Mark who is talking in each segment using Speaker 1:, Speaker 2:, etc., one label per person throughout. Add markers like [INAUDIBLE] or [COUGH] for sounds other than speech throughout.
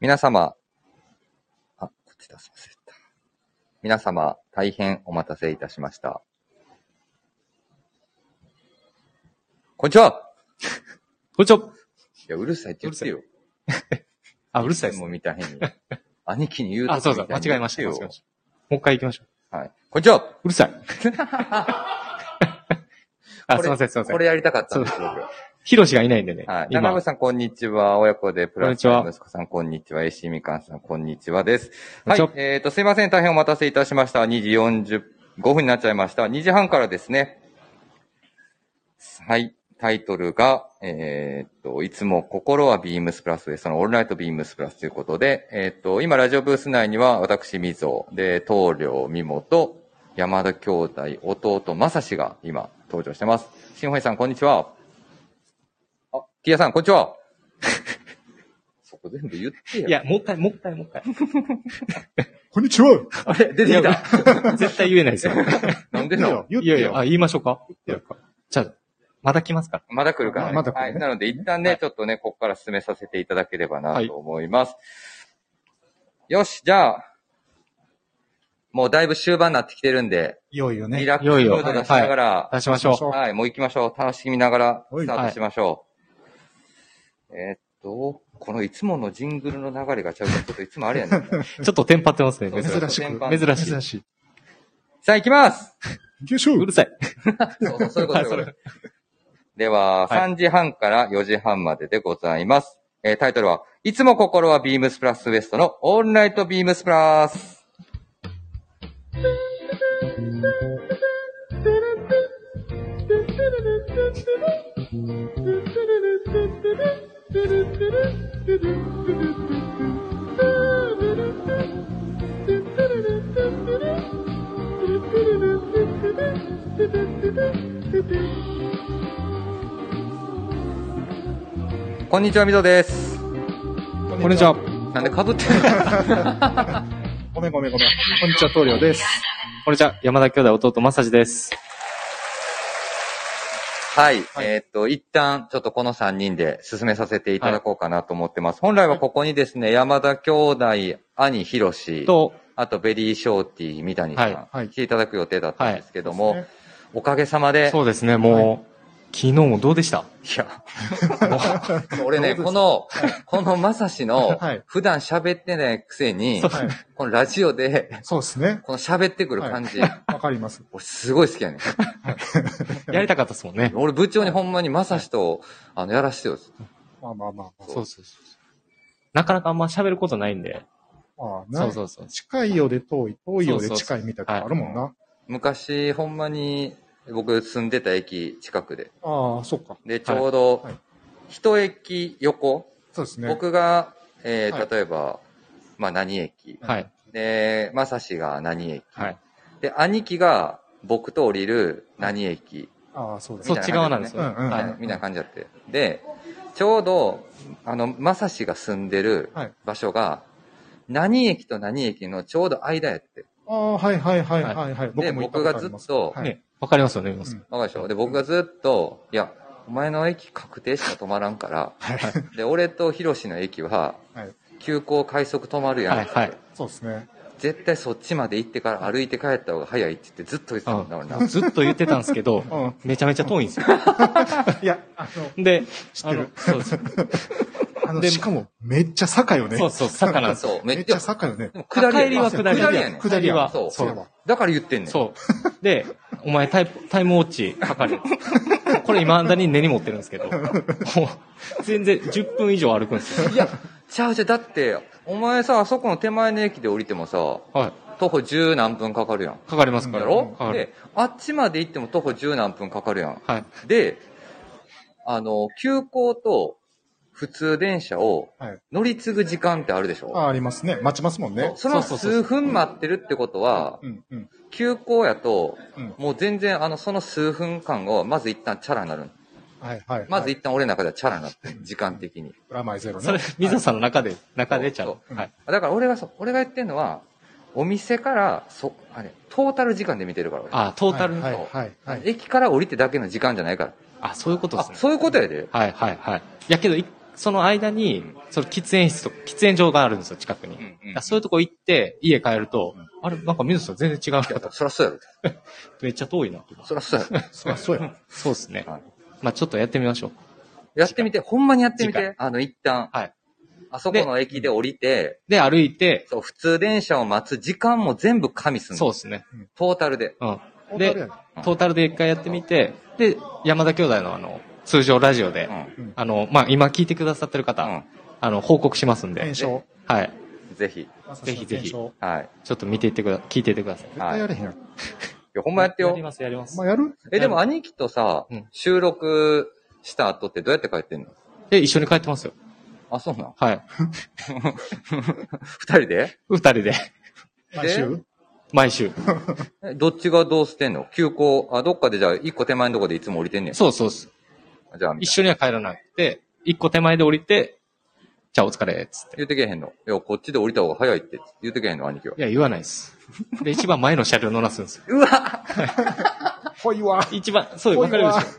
Speaker 1: 皆様、あ、こっち出す忘れた。皆様、大変お待たせいたしました。こんにちは
Speaker 2: こんにちは。
Speaker 1: いや、うるさいって言ってよ。
Speaker 2: あ、うるさいです
Speaker 1: も。う見たへ
Speaker 2: [LAUGHS]
Speaker 1: んに。兄貴に言うと
Speaker 2: あ、そうそう、間違えました。間違えました。もう一回行きましょう。
Speaker 1: た。はい。こんにちは
Speaker 2: うるさい。
Speaker 1: こ
Speaker 2: あ、
Speaker 1: れ
Speaker 2: すいません、すいませ
Speaker 1: こ
Speaker 2: ん。
Speaker 1: れやりたかったんです、僕。
Speaker 2: ヒロシがいないんでね。
Speaker 1: はい。
Speaker 2: 今
Speaker 1: 長渕さん、こんにちは。親子で、プラス
Speaker 2: こんにちは
Speaker 1: 息子さん、こんにちは。AC みかんさん、こんにちはです。
Speaker 2: こん
Speaker 1: は
Speaker 2: に
Speaker 1: い
Speaker 2: ちは。
Speaker 1: えっ、と、すいません。大変お待たせいたしました。2時45分になっちゃいました。2時半からですね。はい。タイトルが、えっ、と、いつも心はビームスプラスで、そのオールナイトビームスプラスということで、えっ、と、今、ラジオブース内には、私、みぞ、で、棟梁、みもと、山田兄弟、弟、まさしが今、登場してます。しんほいさん、こんにちは。あ、ティアさん、こんにちは。 [LAUGHS] そこ全部言ってよ。
Speaker 2: いや、もう一回、もう一回、もう一回。
Speaker 3: こんにちは
Speaker 1: あれ、出てきた。
Speaker 2: 絶対言えないですよ。
Speaker 1: なんで
Speaker 3: 言って
Speaker 1: の
Speaker 3: よ言っ
Speaker 2: いや
Speaker 3: て
Speaker 2: いや、
Speaker 3: よ
Speaker 2: あ、言いましょうか。
Speaker 3: 言って
Speaker 2: じゃあ、また来ますから。
Speaker 1: まだ来るから、ね
Speaker 3: ままだ来るね
Speaker 1: はい。なので、一旦ね、
Speaker 2: はい
Speaker 1: ちょっとね、ここから進めさせていただければな
Speaker 2: はい
Speaker 1: と思います。よし、じゃあ、もうだいぶ終盤になってきてるんで、
Speaker 3: いよいよ
Speaker 1: リ
Speaker 3: ね。
Speaker 1: ラックスム
Speaker 2: いよいよ
Speaker 1: ード出しながら、
Speaker 2: 出しましょ
Speaker 3: は
Speaker 2: う。
Speaker 1: はい、もう行きましょう。楽しみながら、
Speaker 3: はい
Speaker 1: スタートしましょう。えーっと、このいつものジングルの流れが [LAUGHS] ちゃうから、ちょっといつもあれやねん。
Speaker 2: ちょっとテンパってますね、
Speaker 1: そう
Speaker 2: 珍
Speaker 3: 珍
Speaker 2: しい。
Speaker 3: しく。
Speaker 2: 珍しい
Speaker 3: 珍しい。
Speaker 1: さあ、行きます
Speaker 3: よいしょ
Speaker 2: うるさい。
Speaker 1: そうそう、そういうこと [LAUGHS] そういうことでは、
Speaker 2: はい
Speaker 1: 3時半から4時半まででございます。えータイトルは、いつも心はビームスプラスウエストのオールナイトビームスプラス。
Speaker 4: Thank you.
Speaker 1: こんにちは、みぞです。
Speaker 2: こんにちは。。
Speaker 1: なんで被ってるの
Speaker 3: ごめんごめんごめん。こんにちは、棟梁です。
Speaker 2: こんにちは。山田兄弟弟、まさじです。
Speaker 1: はい。えーっと、一旦、ちょっとこの3人で進めさせていただこうかなと思ってます。本来はここにですね、山田兄弟、兄、ひろし、
Speaker 2: と、
Speaker 1: あとベリーショーティー、三谷さん、
Speaker 2: はい
Speaker 3: はい
Speaker 1: 来ていただく予定だったんですけども、
Speaker 3: そうです
Speaker 1: おかげさまで、
Speaker 2: そうですね、もう、昨日もどうでした
Speaker 1: いや、もう俺ね、この、このまさしの
Speaker 3: はい、
Speaker 1: 普段喋ってないくせに、
Speaker 2: そう
Speaker 3: はい。
Speaker 1: このラジオで、
Speaker 3: そうですね。
Speaker 1: この喋ってくる感じ、
Speaker 3: わかります。
Speaker 1: 俺すごい好きやねん。
Speaker 2: やりたかったですもんね。
Speaker 1: 俺部長にほんまにまさしと、あの、やらしてよ。
Speaker 3: まあまあまあま
Speaker 2: そうそうそう。なかなかあんま喋ることないんで。
Speaker 3: あ。まあな
Speaker 2: そうそうそう。
Speaker 3: 近いようで遠い、遠いようで近いみたいなとこあるもんな。
Speaker 1: 昔、ほんまに、僕住んでた駅近くで。
Speaker 3: ああ、そっか。
Speaker 1: で、ちょうど
Speaker 3: はいはい、
Speaker 1: 一駅横、
Speaker 3: そうですね。
Speaker 1: 僕が、え
Speaker 3: は
Speaker 1: ー、
Speaker 3: い
Speaker 1: 例えば、まあ何駅、
Speaker 2: はい。
Speaker 1: で、まさしが何駅、
Speaker 2: はい。
Speaker 1: で、兄貴が僕と降りる何駅、
Speaker 3: ああ、そうです
Speaker 2: そ
Speaker 3: ね。
Speaker 2: っち側なんですよ。
Speaker 3: うんうんうん
Speaker 2: は
Speaker 1: はいい、みたいな感じだって。で、ちょうど、あの、まさしが住んでる
Speaker 3: はい
Speaker 1: 場所が、何駅と何駅のちょうど間やって。
Speaker 3: ああ、はいはいはいはいはい。
Speaker 1: で、
Speaker 3: も行
Speaker 1: 僕
Speaker 3: たこ
Speaker 1: が
Speaker 3: あ
Speaker 1: ず
Speaker 3: り
Speaker 1: っ
Speaker 3: ます
Speaker 1: と、
Speaker 3: はい
Speaker 2: ね、わかりますよね、皆さん
Speaker 1: わかるでしょで、僕がずっと、いや、お前の駅確定しか止まらんから、で、俺とヒロシの駅は
Speaker 3: はい、
Speaker 1: 急行快速止まるやん。
Speaker 2: はい、はい。
Speaker 3: そうですね。
Speaker 1: 絶対そっちまで行ってから歩いて帰った方が早いって言ってずっと言ってたもんだ俺な。
Speaker 2: ずっと言ってたんです
Speaker 1: [LAUGHS]
Speaker 2: けど、
Speaker 3: うん。
Speaker 2: めちゃめちゃ遠いんですよ。
Speaker 3: いや、あの、
Speaker 2: で、
Speaker 3: 知ってる
Speaker 2: あのそうです。
Speaker 3: あの、
Speaker 2: で
Speaker 3: しかも、めっちゃ坂よね。
Speaker 2: そうそう、坂なんですよ。
Speaker 1: そう、め
Speaker 3: め
Speaker 1: っ
Speaker 3: っ
Speaker 1: ち
Speaker 3: ち
Speaker 1: ゃ
Speaker 3: ゃ、坂よね
Speaker 1: で。も下りやね
Speaker 2: 帰りは下り
Speaker 1: 下りやねん。
Speaker 3: 下りは。
Speaker 1: そう
Speaker 3: そうやわ。
Speaker 1: だから言ってんねん。
Speaker 2: そう。で、お前タイプタイムウォッチか
Speaker 1: [LAUGHS]
Speaker 2: かる。これ今だに根に持ってるんですけど、もう、全然10分以上歩くんですよ。
Speaker 1: いや、ちゃうちゃう。だって、お前さ、あそこの手前の駅で降りてもさ、
Speaker 2: は
Speaker 1: 徒歩十何分かかるやん。
Speaker 2: い。かかりますか
Speaker 1: や
Speaker 2: ら。
Speaker 1: ろ
Speaker 2: かかる。
Speaker 1: で、あっちまで行っても徒歩十何分かかるやん。
Speaker 2: はい。
Speaker 1: で、あの、急行と普通電車を
Speaker 3: はい
Speaker 1: 乗り継ぐ時間ってあるでしょ、
Speaker 3: あ、ありますね。待ちますもんね。
Speaker 1: その
Speaker 2: そうそうそ
Speaker 1: 数
Speaker 2: う
Speaker 1: 分待ってるってことは、
Speaker 3: うん、うん、
Speaker 1: 急行やと、
Speaker 3: うん。
Speaker 1: もう全然あの、その数分間を、まず一旦チャラになる。
Speaker 3: はい、はい。
Speaker 1: まず
Speaker 3: はい、
Speaker 1: 一旦俺の中ではチャラになってる。時間的に。
Speaker 3: プラマイゼロね。
Speaker 2: それ、水野さんの中で、中でちゃ
Speaker 1: そう
Speaker 2: う。はい。
Speaker 1: だから俺がそう、俺が言ってんのは、お店から、そ、あれ、トータル時間で見てるから俺。
Speaker 2: あ、トータル
Speaker 3: はい、
Speaker 2: の。
Speaker 3: はい、はい。はい
Speaker 1: 駅から降りてだけの時間じゃないから。
Speaker 2: あ、そういうことです
Speaker 1: あ、
Speaker 2: ね。
Speaker 1: そういうことやで。
Speaker 2: はいはいはい。やけど、いその間に、その喫煙室と、喫煙場があるんですよ、近くに。
Speaker 1: うんうん
Speaker 2: だからそういうとこ行って、家帰ると、あれ、なんか水野さん全然違うなと。
Speaker 1: そらそうやろ。
Speaker 2: めっちゃ遠いなとか。
Speaker 1: そらそうやろ。
Speaker 3: そりゃそうや。
Speaker 2: そうですね。
Speaker 1: はい
Speaker 2: まあちょっとやってみましょう。
Speaker 1: やってみて、ほんまにやってみ
Speaker 2: 次
Speaker 1: て
Speaker 2: 回。
Speaker 1: あの、一旦。
Speaker 2: はい
Speaker 1: あそこの駅で降りて、
Speaker 2: で、歩いて、
Speaker 1: そう、普通電車を待つ時間も全部加味すんの。
Speaker 2: そうですね。
Speaker 1: トータルで。
Speaker 2: うん。
Speaker 3: で、
Speaker 2: で、トータルで一回やってみて、で、山田兄弟のあの、通常ラジオで、
Speaker 1: うん。
Speaker 2: あの、まあ、今聞いてくださってる方、
Speaker 1: う
Speaker 2: あの、報告しますんで
Speaker 3: 検、証。
Speaker 2: はい。
Speaker 1: ん。ぜひ。
Speaker 2: ぜひぜひ
Speaker 3: 検証
Speaker 1: はい。
Speaker 2: ちょっと見ていってくだ、聞いていってください。
Speaker 3: 絶対やれへんやろ。
Speaker 1: いや、ほんまやって
Speaker 2: やり
Speaker 1: よ。
Speaker 2: ます、やります
Speaker 3: まあ。やる
Speaker 1: え、でも兄貴とさ
Speaker 2: うん、
Speaker 1: 収録した後ってどうやって帰ってんの
Speaker 2: え、一緒に帰ってますよ。
Speaker 1: あ、そうなん。 [LAUGHS]
Speaker 2: はい。
Speaker 1: 二人で
Speaker 2: 二人 [LAUGHS] で、
Speaker 3: 毎週
Speaker 2: 毎週。
Speaker 1: えどっちがどうしてんの休校、あ、どっかでじゃあ一個手前のとこでいつも降りてんねん。
Speaker 2: そうそうです。
Speaker 1: じゃあ、み
Speaker 2: 一
Speaker 1: たい
Speaker 2: 緒には帰らなくて、一個手前で降りて、じゃあお疲れ、つっ
Speaker 1: な
Speaker 2: て。
Speaker 1: 言うてけへんの。いや、こっちで降りた方が早いって言うてけへんの、兄貴は。
Speaker 2: いや、言わないです。で、一番前の車両乗らすんですよ。
Speaker 1: うわ
Speaker 3: ほいわ。
Speaker 2: 一番、そう、わかるでしょ。わかる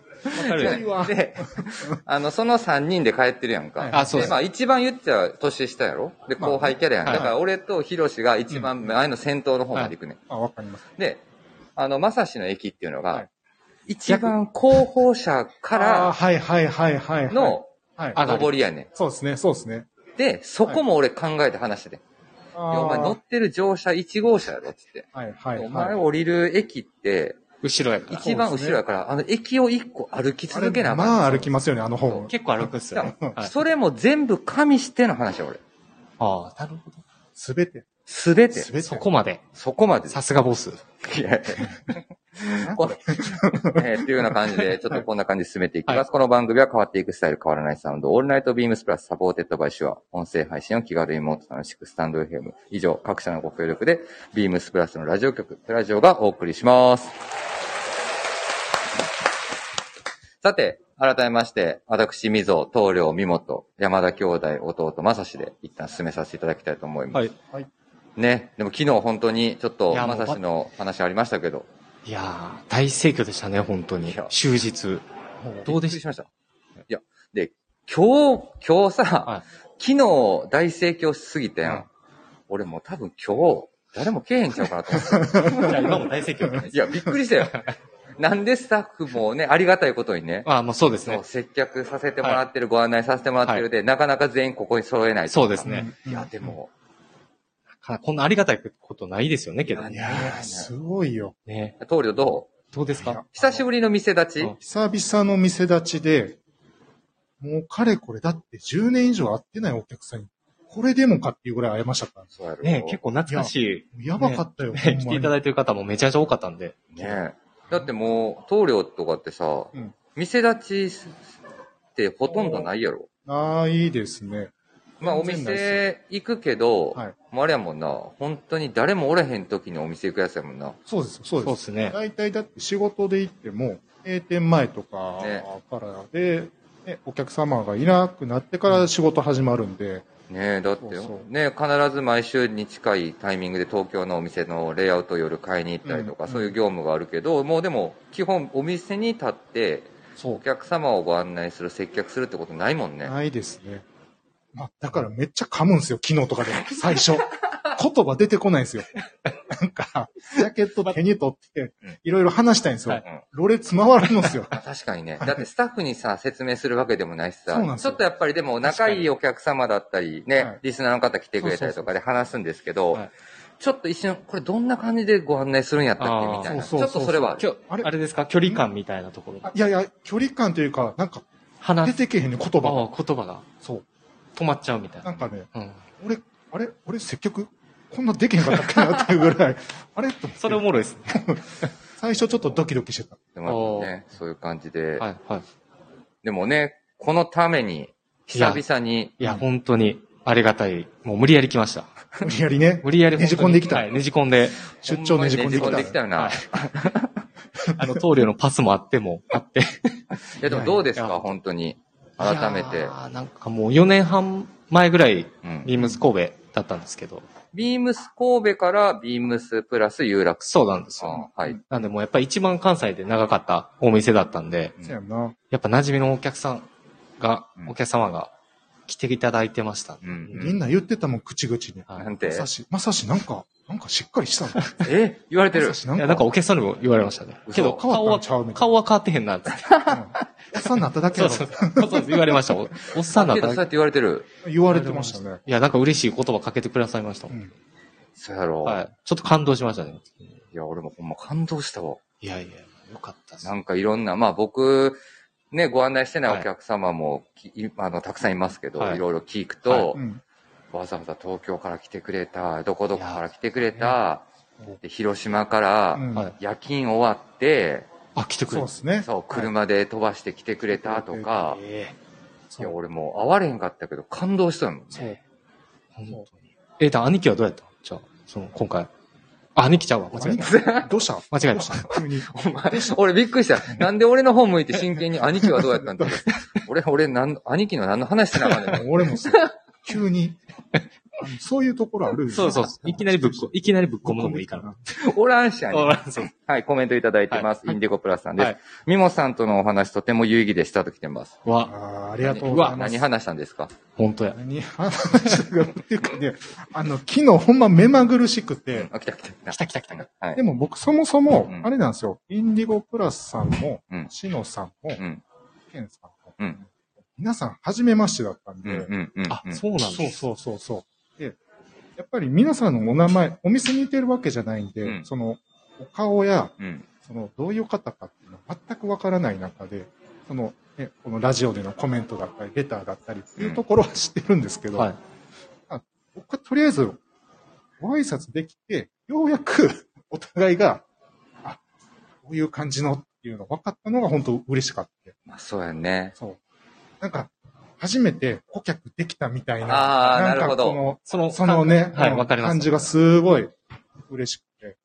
Speaker 3: ほい
Speaker 2: でし
Speaker 3: わ。
Speaker 1: で、 [LAUGHS] あの、その三人で帰ってるやん
Speaker 3: は
Speaker 1: か
Speaker 3: い。
Speaker 2: ょ。あ、そうで
Speaker 1: で、
Speaker 2: す
Speaker 1: ま。あ一番言っちゃ年下やろで、
Speaker 3: まあ
Speaker 1: 後輩キャラやん。
Speaker 2: はい
Speaker 1: だから俺とヒロシが一番前の先頭の方まで行くね。
Speaker 3: あ、わかります。
Speaker 1: で、あの、まさしの駅っていうのが、
Speaker 3: はい
Speaker 1: 一番後方車か
Speaker 3: あー
Speaker 1: ら
Speaker 3: はいはいはいはいはい。
Speaker 1: の
Speaker 3: はい、
Speaker 2: あ
Speaker 1: 上りやね
Speaker 3: そうですね、そうですね。
Speaker 1: ん。で、そこも俺考えて話してて。いや
Speaker 3: あ
Speaker 1: お前乗ってる乗車1号車やろっつって。
Speaker 3: はいはい
Speaker 1: お前
Speaker 3: はい。
Speaker 1: 降りる駅って、
Speaker 2: 後ろやから。
Speaker 1: 一番後ろやから、あの駅を1個歩き続けなあかん
Speaker 3: まあ歩きますよね、あのホーム。
Speaker 2: 結構歩くっすよね。はい
Speaker 1: それも全部加味しての話や俺。
Speaker 2: ああ、なるほど。
Speaker 3: すべて。
Speaker 1: すべて
Speaker 3: す。べて。
Speaker 2: そこまで。
Speaker 1: そこまで。
Speaker 2: さすがボス。
Speaker 1: [LAUGHS] いやいや [LAUGHS] これえーというような感じで、 [LAUGHS] ちょっとこんな感じで進めていきます。
Speaker 2: はい
Speaker 1: この番組は変わっていくスタイル変わらないサウンド、オールナイトビームスプラスサポーテッドバイシュア、音声配信を気軽にもっと楽しく、スタンド FM。以上、各社のご協力で、ビームスプラスのラジオ局、プラジオがお送りします。さて、改めまして、私、みぞ、棟梁、みもと、山田兄弟、弟、まさしで、一旦進めさせていただきたいと思います。
Speaker 2: はい。
Speaker 1: ね、でも昨日本当に、ちょっと、
Speaker 2: いやも
Speaker 1: ま
Speaker 2: う
Speaker 1: さしの話ありましたけど、
Speaker 2: いやー、大盛況でしたね、本当に
Speaker 1: いや。
Speaker 2: 終日。ど
Speaker 1: びっ
Speaker 2: うで
Speaker 1: くり
Speaker 2: し
Speaker 1: しました。いや、で、今日、今日さ、
Speaker 2: はい
Speaker 1: 昨日大盛況しすぎてん、
Speaker 2: はい
Speaker 1: 俺もう多分今日、誰もけえへんちゃうかなと思った
Speaker 2: [LAUGHS] じゃあ今も大盛況で
Speaker 1: て。
Speaker 2: す
Speaker 1: いや、びっくりしたよ。なんでスタッフもね、ありがたいことにね、
Speaker 2: ま [LAUGHS] あ、もうそうです
Speaker 1: そ
Speaker 2: ね
Speaker 1: う。接客させてもらってる、ご案内させてもらってるで、なかなか全員ここに揃えないとか
Speaker 2: そうですね。
Speaker 1: いや、でも、
Speaker 2: かこんなありがたいことないですよね、けど
Speaker 1: い
Speaker 3: い
Speaker 2: ね。
Speaker 3: やー、すごいよ。
Speaker 2: ね
Speaker 1: 棟梁どう
Speaker 2: どうです
Speaker 3: いや
Speaker 2: か
Speaker 1: 久しぶりの店立ち、
Speaker 2: うん
Speaker 3: 久々の店立ちで、もうかれこれだって10年以上会ってないお客さんに、これでもかっていうぐらい会えましたから。
Speaker 1: そうやろ
Speaker 2: ね結構懐かし
Speaker 3: やばかったよ、
Speaker 2: い。ね来ていただ
Speaker 3: い
Speaker 2: いてる方もめちゃめちゃ多かったんで。
Speaker 1: ねだってもう、棟梁とかってさ、
Speaker 3: うん
Speaker 1: 店立ちってほとんどないやろ
Speaker 3: ないですね。
Speaker 1: まあお
Speaker 3: 全然ないで
Speaker 1: 店行くけど、
Speaker 3: はい
Speaker 1: もうあれやもんな、本当に誰もおらへん時にお店行くやつやもんな。
Speaker 3: そうです、そう
Speaker 2: そう
Speaker 3: で。
Speaker 2: ですすね。
Speaker 3: 大体だって仕事で行っても、閉店前とか
Speaker 1: ね
Speaker 3: からで、ねお客様がいなくなってから仕事始まるんで、
Speaker 1: ねえ、だって
Speaker 3: そうそう
Speaker 1: ね必ず毎週に近いタイミングで東京のお店のレイアウトを夜買いに行ったりとか、
Speaker 3: うん
Speaker 1: そういう業務があるけど、もうでも基本お店に立って
Speaker 3: そ
Speaker 1: お客様をご案内する、接客するってことないもんね。
Speaker 3: ないですね。まあ、だからめっちゃ噛むんですよ、昨日とかで、最
Speaker 2: [LAUGHS]
Speaker 3: 初。言葉出てこないんですよ。なんか、ジャケット手に取って
Speaker 1: うん、
Speaker 3: いろいろ話したいんですよ。
Speaker 2: はい
Speaker 3: ろれつまわるんですよ。
Speaker 1: あ確かにね。だってスタッフにさ、説明するわけでもないし
Speaker 3: そうなん
Speaker 1: さ、
Speaker 3: です
Speaker 1: ち
Speaker 3: よ
Speaker 1: ょっとやっぱりでも仲いいお客様だったり、
Speaker 3: は
Speaker 1: ね
Speaker 3: い、
Speaker 1: リスナーの方来てくれたりとかで話すんですけど
Speaker 2: はい、
Speaker 1: ちょっと一瞬、これどんな感じでご案内するんやったっけみたいな。
Speaker 3: あー
Speaker 1: ち
Speaker 3: そう
Speaker 1: ょ
Speaker 3: そう
Speaker 1: っと
Speaker 3: そうそ
Speaker 1: そ
Speaker 3: う
Speaker 1: れはある、
Speaker 2: 今日、[LAUGHS]
Speaker 3: あ
Speaker 2: あ
Speaker 3: れ
Speaker 2: れですか距離感みたいなところ。
Speaker 3: あいやいや、距離感というか、なんか出
Speaker 2: 話す。
Speaker 3: てけへんね、言葉が。
Speaker 2: ああ、言葉が
Speaker 3: そう。
Speaker 2: 止まっちゃうみたい
Speaker 3: な
Speaker 2: な。
Speaker 3: んかね、
Speaker 2: うん。
Speaker 3: 俺、あれ俺接客、こんなできへんかったっけなっていうぐ
Speaker 2: [LAUGHS]
Speaker 3: らい、あれと思って
Speaker 2: それおもろいですね。
Speaker 3: 最初ちょっとドキドキしてた。
Speaker 1: でもやっぱね、そういう感じで。
Speaker 2: はい、はい。
Speaker 1: でもね、このために、久々に、
Speaker 2: いや、本当にありがたい。もう無理やり来ました。
Speaker 3: 無理やりね、
Speaker 2: 無理やり本当に
Speaker 3: ねじ込んできた
Speaker 2: はいねじ込んで。
Speaker 3: 出張ねじ込んで
Speaker 1: ほまにねじ込んで
Speaker 3: き
Speaker 1: き
Speaker 3: た。
Speaker 1: たよな
Speaker 2: はい。 [LAUGHS] あの、棟梁のパスもあっても、あって。
Speaker 1: いや、でもどうです
Speaker 2: いや
Speaker 1: か、本当に。改め
Speaker 2: い
Speaker 1: て
Speaker 2: や。ーなんかもう4年半前ぐらい、
Speaker 1: うん
Speaker 2: ビームス神戸だったんですけど、
Speaker 1: ビームス神戸からビームスプラス有楽
Speaker 2: そうなんですよ。
Speaker 1: さん。はい。
Speaker 2: なんでもうやっぱり一番関西で長かったお店だったんで、
Speaker 3: そうやんな。
Speaker 2: やっぱ馴染みのお客さんが
Speaker 1: う、ん
Speaker 2: お客様が来ていただいてました。
Speaker 1: うんうん
Speaker 3: みんな言ってたもん、口々に。
Speaker 2: はい
Speaker 1: なん
Speaker 3: ま
Speaker 1: て
Speaker 3: さし、まさしなんか、なんかしっかりしたの。
Speaker 1: え言われて
Speaker 3: ま
Speaker 1: る
Speaker 3: さ。しないん
Speaker 2: や、
Speaker 3: か、
Speaker 2: なんかお客さんにも言われましたね。
Speaker 1: 嘘
Speaker 2: けど、
Speaker 3: 変わ
Speaker 2: 顔
Speaker 3: った
Speaker 2: は
Speaker 3: んちゃうみたい
Speaker 2: 顔は変わってへんなって。 [LAUGHS]
Speaker 3: な。うんおっさんになっただけ
Speaker 2: そう
Speaker 3: やろ
Speaker 2: そう。そうそう言われました。おおっさんだっ
Speaker 1: け
Speaker 2: た
Speaker 1: ど
Speaker 2: ら
Speaker 1: そうやって言われてる。
Speaker 3: 言われてましたね。
Speaker 2: いや、なんか嬉しい言葉かけてくださいましたも。
Speaker 3: うんん。
Speaker 1: そうやろ。
Speaker 2: はい。ちょっと感動しましたね。
Speaker 1: いや、俺もほんま感動したわ。
Speaker 2: いやいや、よかったです
Speaker 1: な。んかいろんな、まあ僕、ね、ご案内してない
Speaker 2: はい
Speaker 1: お客様もき、いあの、たくさんいますけど、
Speaker 2: はい
Speaker 1: い、ろいろ聞く
Speaker 2: はい
Speaker 1: と、
Speaker 3: うん。
Speaker 1: わざわざ東京から来てくれた、どこどこから来てくれ
Speaker 2: い
Speaker 1: た、
Speaker 2: ね
Speaker 1: で広島から、
Speaker 3: うん
Speaker 2: はい。
Speaker 1: 夜勤終わって、
Speaker 2: あ、来てく
Speaker 3: そう
Speaker 2: れ
Speaker 3: で
Speaker 2: た。
Speaker 3: すね。
Speaker 1: そう、車で飛ばして来てくれたとか、い、
Speaker 2: え
Speaker 3: そう
Speaker 1: や、俺もう会われへんかったけど、感動したもん。
Speaker 2: えそう。本当に。えー、だから兄貴はどうやったのじゃあ、その、今回。あ、兄貴ちゃうわ。間違えた。
Speaker 3: どうした
Speaker 2: 間違えました。
Speaker 3: 急に。
Speaker 1: お前、俺びっくりした。なんで俺の方向いて真剣に兄貴はどうやったんだろう俺、俺、なん、兄貴の何の話してなあかんねん。
Speaker 3: 俺もそう。急に。あのそういうところあるよね
Speaker 2: そうそうそう。いきなりぶっこ、いきなりぶっ込むのもいいから。。
Speaker 1: おらんしゃん。
Speaker 2: あそう
Speaker 1: はい、コメントいただいてます。
Speaker 2: はい
Speaker 1: インディゴプラスさんです。
Speaker 2: はい
Speaker 1: ミモさんとのお話とても有意義でしたと来てます。
Speaker 2: うわ、
Speaker 3: あーありがとう
Speaker 2: う
Speaker 3: ご
Speaker 2: わ
Speaker 3: ざいます。
Speaker 1: 何話したんですか
Speaker 2: 本当や。
Speaker 3: 何話したかっていうかね、あの、昨日ほんま目まぐるしくて、
Speaker 1: あ、来た来た
Speaker 2: 来た来た来た。
Speaker 1: はい
Speaker 3: で。も僕そもそも
Speaker 1: う、ん
Speaker 3: あれなんですよ、インディゴプラスさんも
Speaker 1: うん、
Speaker 3: シノさんも
Speaker 1: う、ん、
Speaker 3: ケンさんも、
Speaker 1: うん、
Speaker 3: 皆さん初めましてだったん
Speaker 1: う
Speaker 3: で、
Speaker 1: ん、うん、うん。
Speaker 2: あ、そうなん
Speaker 3: そう
Speaker 2: です。
Speaker 3: そうそうそう。で、やっぱり皆さんのお名前、お店に似てるわけじゃないんで、
Speaker 1: うん
Speaker 3: その、お顔や、
Speaker 1: うん。うん。
Speaker 3: その、どういう方かっていうのは全くわからない中で、その、ね、このラジオでのコメントだったり、レターだったりっていうところは知ってるんですけど、
Speaker 2: はい。
Speaker 3: 僕はとりあえず、ご挨拶できて、ようやく [LAUGHS] お互いが、あ、こういう感じのっていうのが分かったのが本当嬉しかった。
Speaker 1: まあ、そうやね。
Speaker 3: そう。なんか、初めて顧客できたみたいな。
Speaker 1: あー
Speaker 3: なんか
Speaker 1: なるほど
Speaker 3: この
Speaker 2: その
Speaker 3: そのね、
Speaker 2: はい、
Speaker 3: うん
Speaker 2: わかります。
Speaker 3: 感じがすごい嬉しくて。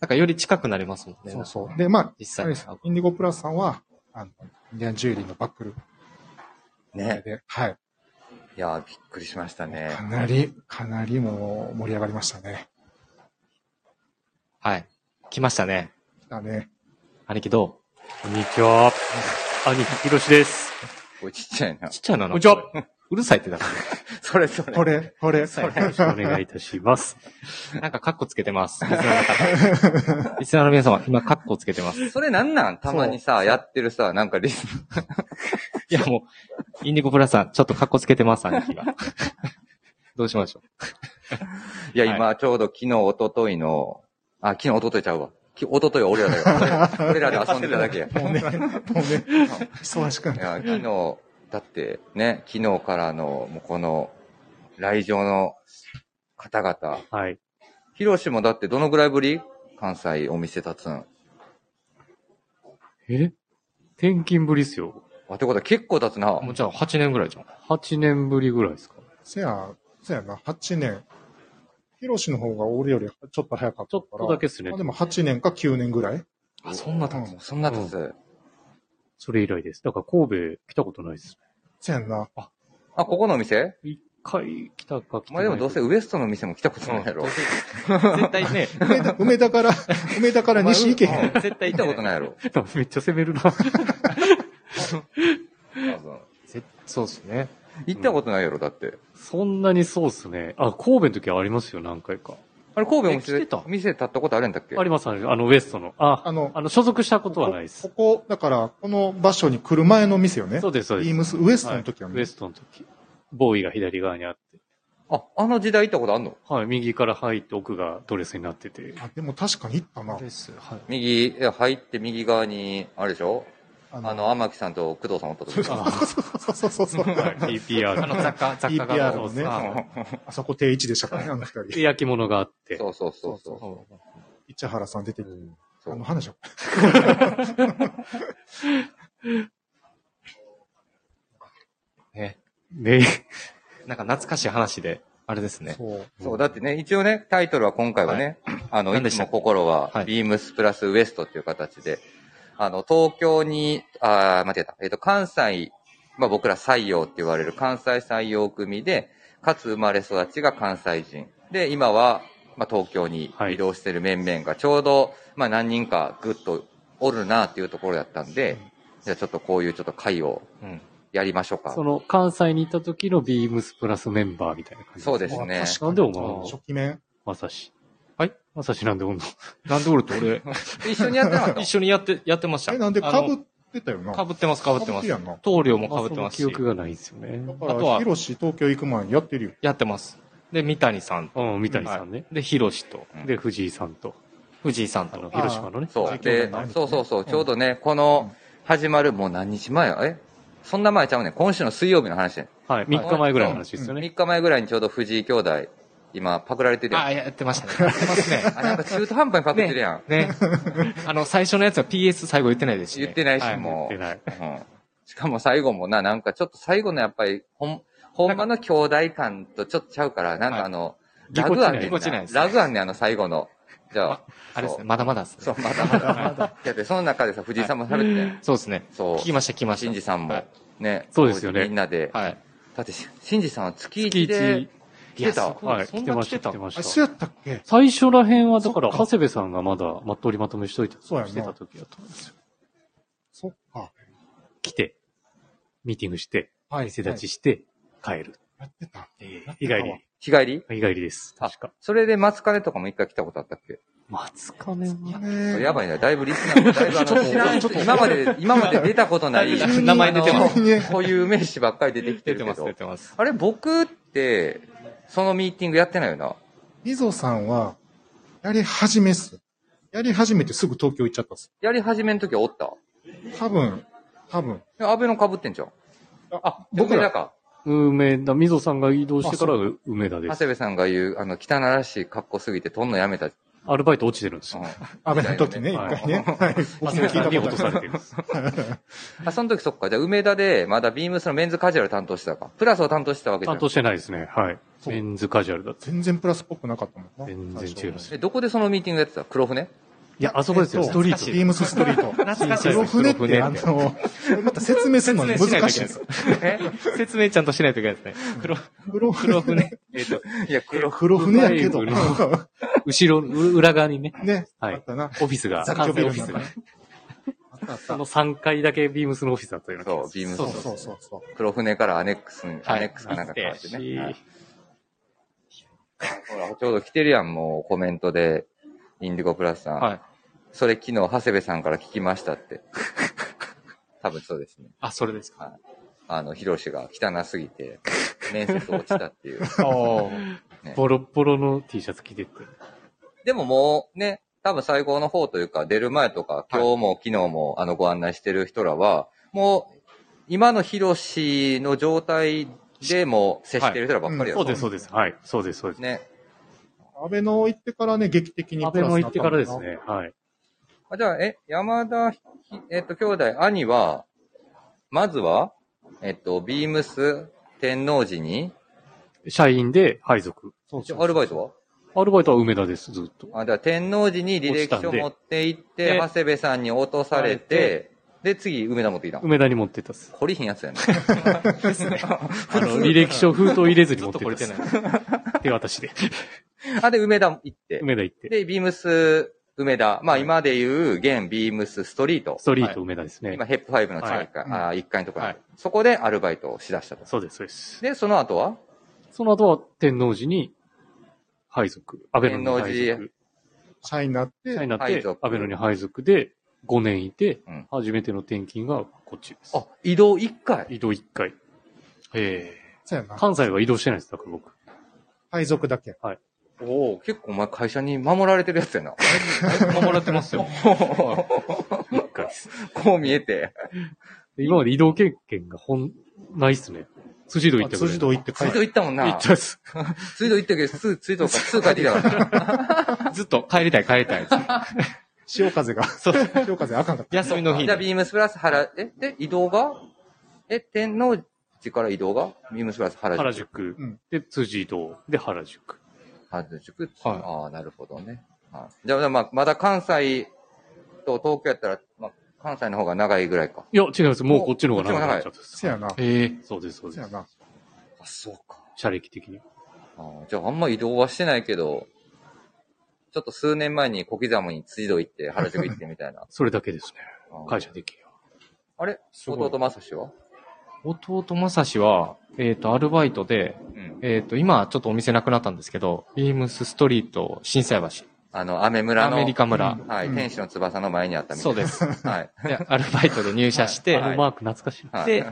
Speaker 2: なんかより近くなりますもんね。
Speaker 3: そうそう。で、まあ、
Speaker 2: 実際
Speaker 3: あれ
Speaker 2: に
Speaker 3: ですインディゴプラスさんは、あの、インディアンジュエリーのバックル
Speaker 1: ね。
Speaker 3: で、はい。
Speaker 1: いやー、びっくりしましたね
Speaker 3: か。なり、かなりもう盛り上がりましたね。
Speaker 2: はい。来ましたね。
Speaker 3: だね。
Speaker 2: 兄貴ど
Speaker 4: こんにちは。兄貴、ひろしです。
Speaker 1: これちっちゃいな
Speaker 2: うち。っちゃいな。
Speaker 4: こんにちは
Speaker 2: なんかこれうるさいってだか
Speaker 1: それそれ。
Speaker 3: これ、これ、こ
Speaker 4: よ
Speaker 3: れ
Speaker 4: ろしくお願いいたします。
Speaker 2: ら。なんかカッコつけてます。リスナーの方リスナーの皆様、今カッコつけてます。い
Speaker 1: それなんなんたまにさ、やってるさ、なんかリス、
Speaker 2: やもう、インディゴプラスさん、ちょっとカッコつけてます、兄貴が。どうしましょ
Speaker 1: いや、
Speaker 2: はい
Speaker 1: 今、ちょうど昨日、一昨日の、あ、昨日、一昨日ちゃうわ。き一昨日は俺らだよ。
Speaker 2: [LAUGHS]
Speaker 1: 俺俺らで遊んでただけや。
Speaker 3: もうね、もうね、忙しく
Speaker 1: い
Speaker 3: な
Speaker 1: や、昨日、だってね、昨日からの、もうこの、来場の方々。
Speaker 4: はい。
Speaker 1: ヒロシもだってどのぐらいぶり関西お店立つん。
Speaker 4: え転勤ぶりっすよ。
Speaker 1: あ、ってことは結構立つな
Speaker 2: う。。もうじゃあ8年ぐらいじゃん。
Speaker 4: 8年ぶりぐらいですか
Speaker 3: せや、せやな、8年。ヒロシの方が俺よりちょっと早かっ
Speaker 4: ちょ
Speaker 3: た
Speaker 4: っ
Speaker 3: から。
Speaker 4: とだけっすね
Speaker 3: まあ。でも8年か9年ぐらい
Speaker 2: あ、そんな経つ
Speaker 3: う
Speaker 1: もうそんな立つ。
Speaker 4: それ以来です。だから神戸来たことないです。
Speaker 3: せやんな。
Speaker 1: あ、ここのお店
Speaker 4: 一回来たか来
Speaker 1: まあでもどうせウエストの店も来たことないやろ。
Speaker 2: 絶対ね、
Speaker 3: 梅田梅田
Speaker 4: [LAUGHS]
Speaker 3: から、梅田から西行けへん。
Speaker 1: ん。絶対行ったことないやろ。
Speaker 4: せ。 [LAUGHS] めっちゃ攻めるな。 [LAUGHS]
Speaker 1: 多分
Speaker 2: ぜそうですね。
Speaker 1: 行ったことないやろ、だって。
Speaker 4: そんなにそうっすね。あ、神戸の時はありますよ、何回か。
Speaker 1: あれ、神戸お
Speaker 2: え来て
Speaker 1: 店
Speaker 2: た、
Speaker 1: 店立ったことあるんだっけ
Speaker 4: あります、ありますあの、ウエストの。あ、
Speaker 3: あの
Speaker 4: あの所属したことはないです
Speaker 3: こ。こ、こだから、この場所に来る前の店よね。
Speaker 4: そうです、そうです。
Speaker 3: ビームス、ウエストの時は
Speaker 4: はい
Speaker 3: ね。
Speaker 4: ウエストの時。ボーイが左側にあって。
Speaker 1: あ、あの時代行ったことあんの
Speaker 4: はい、右から入って奥がドレスになってて。
Speaker 3: あでも確かに行ったな。
Speaker 2: です。はい。
Speaker 1: 右、いや入って右側に、あれでしょ
Speaker 3: あ
Speaker 1: あの、天木さんと工藤さんおったとこ。
Speaker 4: あ
Speaker 3: そうそうそうそう。
Speaker 4: はい、
Speaker 2: あ
Speaker 4: EPR
Speaker 2: の雑貨、雑貨が
Speaker 3: EPR
Speaker 2: そ
Speaker 3: の
Speaker 2: うそう
Speaker 3: ね。あそこ定位置でしたからね、あの二人。
Speaker 4: 焼き物があって。
Speaker 1: そうそうそうそう。
Speaker 2: そう
Speaker 3: 市原さん出てきて。
Speaker 1: そ
Speaker 3: あ
Speaker 1: う
Speaker 3: の話を。
Speaker 2: ね。
Speaker 4: ね、
Speaker 2: なんか懐かしい話で、あれですね。
Speaker 3: そう。
Speaker 1: そう、だってね、一応ね、タイトルは今回はね、あの、
Speaker 2: 何
Speaker 1: い
Speaker 2: でし
Speaker 1: つ
Speaker 2: たっ
Speaker 1: も
Speaker 2: け
Speaker 1: 心
Speaker 2: は、
Speaker 1: はいビームスプラスウエストっていう形で、あの、東京に、あー間違えた、えっ、と、関西、まあ僕ら採用って言われる関西採用組で、かつ生まれ育ちが関西人。で、今は、まあ東京に移動してる面々が、ちょうど、まあ何人かぐっとおるなっていうところだったんで、じゃあちょっとこういうちょっと会を
Speaker 2: うん。
Speaker 1: やりましょうか。
Speaker 5: その、関西に行った時のビームスプラスメンバーみたいな感じ
Speaker 1: そうです
Speaker 5: ね。
Speaker 1: ね
Speaker 3: 確か
Speaker 5: なんでお前
Speaker 3: に初期面
Speaker 5: まさし。
Speaker 2: はい
Speaker 5: まさしなんでおんの
Speaker 2: ランドールと俺、
Speaker 1: 一緒にやってなかった
Speaker 2: [LAUGHS] 一緒にやって、やってました。
Speaker 3: え、なんで
Speaker 2: あ
Speaker 3: 被
Speaker 2: の
Speaker 3: ってたよな。
Speaker 2: 被ってます、被って
Speaker 3: 被っ
Speaker 2: ます
Speaker 3: てる。やんな。
Speaker 2: 棟梁も
Speaker 5: まあ
Speaker 2: 被っ
Speaker 5: そ
Speaker 2: て
Speaker 5: の
Speaker 2: ます
Speaker 5: 記
Speaker 2: し、
Speaker 5: 憶がないんですよね
Speaker 3: だ。か
Speaker 2: あとは
Speaker 3: ら、広し東京行く前にやってるよ。
Speaker 2: やってます。で、三谷さんと、
Speaker 5: うん、三谷さんね。
Speaker 2: で、ヒロシと、
Speaker 1: はい
Speaker 5: で、藤井さんと、
Speaker 2: 藤井さん
Speaker 5: あの、
Speaker 2: と、
Speaker 5: 広島のね。
Speaker 1: そう。
Speaker 3: 最強
Speaker 1: で
Speaker 3: だな、
Speaker 1: そうそうそう、ちょうどね、この、始まる、もう何日前やえそんな前ちゃうね。今週の水曜日の話ね。
Speaker 5: はい、3日前ぐらいの話ですよね。
Speaker 1: 3日前ぐらいにちょうど藤井兄弟、今、パクられてるやん。
Speaker 2: あ、
Speaker 1: あ、
Speaker 2: やってましたね。やってます
Speaker 1: [LAUGHS]
Speaker 2: ね。
Speaker 1: なんか中途半端にパクってるやん。
Speaker 2: ね。あの、最初のやつは PS 最後言ってないですしね。
Speaker 1: 言ってないし、
Speaker 2: は
Speaker 1: もう
Speaker 5: 出。ない。
Speaker 1: うんしかも最後もな、なんかちょっと最後のやっぱり、ほん、ほんまの兄弟感とちょっとちゃうから、なんかあの、
Speaker 5: ぎ
Speaker 1: ラ
Speaker 5: こち
Speaker 1: グ
Speaker 5: な
Speaker 1: ア
Speaker 5: い
Speaker 1: ンねん
Speaker 2: ぎこちないで
Speaker 1: な。
Speaker 2: すね
Speaker 1: ラグアンねん、あの最後の。じゃあ、
Speaker 2: あれですね、まだまだですね。
Speaker 1: そう、まだまだまだ。やって、その中でさ、藤井さんも喋ってたやん、
Speaker 2: そうですね。
Speaker 1: そう。
Speaker 2: 聞きました、聞きました。
Speaker 1: 新次さんも、
Speaker 2: はい
Speaker 1: ね。
Speaker 5: そうですよね
Speaker 1: みんなで。
Speaker 2: はい。
Speaker 1: だって、し新次さんは月
Speaker 5: 月
Speaker 1: 一で
Speaker 5: 一、
Speaker 1: 来てた。
Speaker 2: いや
Speaker 5: はい、
Speaker 2: そ
Speaker 5: 来
Speaker 2: ん
Speaker 5: て
Speaker 2: な
Speaker 5: ま
Speaker 2: 来
Speaker 5: してた、
Speaker 2: た
Speaker 5: 来てま
Speaker 3: あ、
Speaker 5: し
Speaker 3: そう
Speaker 5: た。
Speaker 3: やったっけ
Speaker 5: 最初ら辺は、だから、
Speaker 3: そっか
Speaker 5: 長谷部さんがまだ、まっとりまとめしといた。
Speaker 3: そうやんな
Speaker 5: してた時だと思うんですよ。
Speaker 3: そっか。
Speaker 5: 来て、ミーティングして、
Speaker 3: はい。
Speaker 5: 店立ちして、帰る。
Speaker 3: はい。やってた。
Speaker 5: 日帰り。
Speaker 1: 日帰り
Speaker 5: 日帰りです。
Speaker 1: あ
Speaker 5: 確か。
Speaker 1: それで松金とかも一回来たことあったっけ
Speaker 5: 松金は、
Speaker 3: やね
Speaker 1: やばいな、だいぶリスナーもだいぶあの知らん人、 [LAUGHS] 今まで、今まで出たことない、
Speaker 2: だいぶ名前出てます
Speaker 1: あのこういう名詞ばっかり出てきてるけ
Speaker 2: 出てます、
Speaker 1: ど
Speaker 2: 出。てます。
Speaker 1: あれ、僕って、そのミーティングやってないよな。
Speaker 3: みぞさんは、やり始めっす。やり始めてすぐ東京行っちゃったっす。
Speaker 1: やり始めの時はおった。
Speaker 3: 多分、多分。
Speaker 1: え安倍の被ってんじゃん。あ、
Speaker 3: 僕
Speaker 1: 僕
Speaker 3: ら
Speaker 1: だか。
Speaker 5: 梅田、みぞさんが移動してから梅田で
Speaker 1: 長
Speaker 5: す。
Speaker 1: 谷部さんが言う、あの、汚らしい格好すぎて、とんのやめた。うん
Speaker 5: アルバイト落ちてるんですよ。
Speaker 3: 安倍の時ね、一
Speaker 5: はい
Speaker 3: 回ね。はい。僕も聞
Speaker 5: 汗
Speaker 3: い
Speaker 5: が
Speaker 3: た
Speaker 5: に
Speaker 3: こと
Speaker 5: 落とさ
Speaker 3: あ
Speaker 5: れ
Speaker 3: る。
Speaker 5: てるんです。
Speaker 1: あ、その時そっか。じゃあ、梅田で、まだビームスのメンズカジュアル担当してたか。プラスを担当してたわけじゃ
Speaker 5: [LAUGHS] 担
Speaker 1: ん
Speaker 5: 当。してないですね。はい。
Speaker 3: そう
Speaker 5: メンズカジュアルだった。
Speaker 3: 全然プラスっぽくなかったもんな。
Speaker 5: 全然違います
Speaker 1: え、どこでそのミーティングやってた黒船
Speaker 5: いや、あそこですよ。
Speaker 3: えっ
Speaker 5: ス
Speaker 3: と
Speaker 5: トリー
Speaker 3: ビームスストリート。
Speaker 2: 懐かしいです
Speaker 3: 黒船っ
Speaker 2: 黒
Speaker 3: て、
Speaker 2: 船
Speaker 3: あの、また説明するのに難し
Speaker 2: [LAUGHS]
Speaker 3: いです。
Speaker 1: え
Speaker 2: 説明ちゃんとしないといけないですね。黒、
Speaker 3: 黒
Speaker 2: 黒
Speaker 3: 船。
Speaker 2: 船。
Speaker 1: えっと、 [LAUGHS] いや、黒、
Speaker 3: 黒船やけど。
Speaker 5: 黒ト。後ろ、う裏側にね、
Speaker 3: ね。
Speaker 5: はい
Speaker 3: あったな。
Speaker 5: オフィスが、
Speaker 3: 雑
Speaker 5: 関
Speaker 3: 居
Speaker 5: 西
Speaker 3: ビ
Speaker 5: オ
Speaker 3: ル
Speaker 5: フ
Speaker 3: の
Speaker 5: ィス
Speaker 3: 中
Speaker 5: が
Speaker 3: ね。。あったあっ
Speaker 5: そ
Speaker 3: た。
Speaker 5: の3階だけビームスのオフィスだったような気
Speaker 1: そ
Speaker 5: が
Speaker 1: う、
Speaker 5: する。
Speaker 1: ビームス
Speaker 3: そう
Speaker 1: の
Speaker 3: そうそうそう。
Speaker 1: 黒船からアネックスに、
Speaker 2: はい
Speaker 1: アネックスかなんか変わってね。はいほら、ちょうど来てるやん、もうコメントで、インディゴプラスさん。
Speaker 2: はい。
Speaker 1: それ昨日、長谷部さんから聞きましたって。 [LAUGHS] 多分そうですね。
Speaker 2: あ、それですか。
Speaker 1: あの、ヒロシが汚すぎて、面接落ちたっていう。
Speaker 5: ボロッボロの T シャツ着てて。
Speaker 1: でももうね、多分最後の方というか、出る前とか、今日も昨日もあのご案内してる人らは、もう、今のヒロシの状態でも接してる人らばっかりや
Speaker 3: は
Speaker 1: ろ
Speaker 5: そうです、そうです。はい。そうです、そうです。
Speaker 1: ね。
Speaker 3: 安倍の行ってからね、劇的に
Speaker 5: 安
Speaker 3: プ
Speaker 5: 倍
Speaker 3: ラス
Speaker 5: の
Speaker 3: に
Speaker 5: 行
Speaker 3: な
Speaker 5: っ
Speaker 3: った
Speaker 5: て
Speaker 3: も
Speaker 5: か
Speaker 3: んな
Speaker 5: らです。ね。はい。
Speaker 1: あじゃあ、え、山田ひ、えっと、兄弟、兄は、まずは、えっと、ビームス天王寺に、
Speaker 5: 社員で配属。
Speaker 3: そう
Speaker 1: じ
Speaker 3: そ
Speaker 1: ゃ
Speaker 3: う
Speaker 1: あアルバイト
Speaker 5: アルバイトは梅田です、ずっと。
Speaker 1: はあ、じゃあ天王寺に履歴書持って行っ
Speaker 5: 落ちたん
Speaker 1: て、
Speaker 5: で
Speaker 1: 長谷部さんに落とされて、で、次、梅田持ってきたの。
Speaker 5: 梅田に持ってったっす。
Speaker 1: 懲りひんやつやね。 [LAUGHS]
Speaker 5: あ [LAUGHS] の、履歴書封筒入れずに
Speaker 2: ちょ
Speaker 5: 持
Speaker 2: っ
Speaker 5: って
Speaker 2: と
Speaker 5: った
Speaker 2: こ
Speaker 5: っ
Speaker 2: れて
Speaker 5: す
Speaker 2: ない。。
Speaker 5: 手渡しで。
Speaker 1: あ、で、梅田行って。
Speaker 5: 梅田行って。
Speaker 1: で、ビームス梅田。まあ、今で言う、現ビームスストリート
Speaker 5: ス。トリート梅田ですね
Speaker 1: 今、。ヘップ5の近いか、
Speaker 3: はいうん
Speaker 1: あ1階のところ、
Speaker 2: はい
Speaker 1: そこでアルバイトをしだしたと。
Speaker 5: そうです、そうです。
Speaker 1: で、その後は
Speaker 5: その後は天王寺に配属。安倍野に配
Speaker 1: 天王
Speaker 5: 属。
Speaker 3: 社員になって
Speaker 5: 社員、になっ
Speaker 1: 配
Speaker 5: て、
Speaker 1: 属
Speaker 5: 安倍野に配属で5年いて、
Speaker 1: うん
Speaker 5: 初めての転勤がこっちです。
Speaker 1: あ、移動1回。
Speaker 5: 移動1回。え
Speaker 3: そうや
Speaker 5: え
Speaker 3: な。
Speaker 5: 関西は移動してないです、だから僕。
Speaker 3: 配属だけ。
Speaker 1: おお結構お前会社に守られてるやつやな。 [LAUGHS]
Speaker 2: 守られてますよ。
Speaker 5: 1回です。
Speaker 1: こう見えて。
Speaker 5: で今まで移動経験がほん、ないっすね。辻堂行ったぐらい。
Speaker 3: 辻堂行って帰
Speaker 1: 水
Speaker 3: る。
Speaker 1: 道行ったもん
Speaker 5: 行
Speaker 1: な
Speaker 5: っ。たっす。
Speaker 1: [LAUGHS] 水道行ったけど、す水道からすぐ帰ってきたからな。
Speaker 2: ずっと帰りたい、帰りたい。
Speaker 3: 潮風が。潮風あかんかった。
Speaker 2: 休みの日に
Speaker 1: じゃあ、ビームスプラス原、え、で、移動がえ、天王寺から移動がビームスプラス原宿。
Speaker 5: 原宿
Speaker 3: うん。
Speaker 5: で、辻堂。で、原宿。
Speaker 1: 原宿。
Speaker 2: はい
Speaker 1: ああ、なるほどね。はい、じゃあ、まあ、まだ関西と東京やったら、まあ、関西の方が長いぐらいか。
Speaker 5: いや、違います。もうこっちの方が長くなっちゃったっす
Speaker 3: せやな。
Speaker 2: ええ。
Speaker 5: そうです、そう
Speaker 3: せ
Speaker 5: で
Speaker 3: や
Speaker 5: す。
Speaker 3: な。
Speaker 1: あ、そうか。
Speaker 5: 社歴的に。
Speaker 1: あーじゃあ、あんま移動はしてないけど、ちょっと数年前に小刻みに辻堂行って、原宿行
Speaker 5: [LAUGHS]。
Speaker 1: ってみたいな
Speaker 5: それだけですね。
Speaker 1: あー
Speaker 5: 会社的には。
Speaker 1: あれ
Speaker 3: すごい
Speaker 1: 弟正志は
Speaker 2: 弟正志は、えっ、と、アルバイトで、
Speaker 1: うん。
Speaker 2: えっ、と、今ちょっとお店なくなったんですけど、ビームスストリート、震災橋、
Speaker 1: あの、アメ村
Speaker 2: ア
Speaker 1: の、
Speaker 2: メリカ村。
Speaker 1: はい、
Speaker 3: うん
Speaker 1: 天使の翼の前にあったみた
Speaker 2: そ
Speaker 1: いう
Speaker 2: です。
Speaker 1: な。はい。
Speaker 2: で、アルバイトで入社して、
Speaker 1: はい
Speaker 4: あのマーク懐かしい。
Speaker 1: はい。
Speaker 2: で、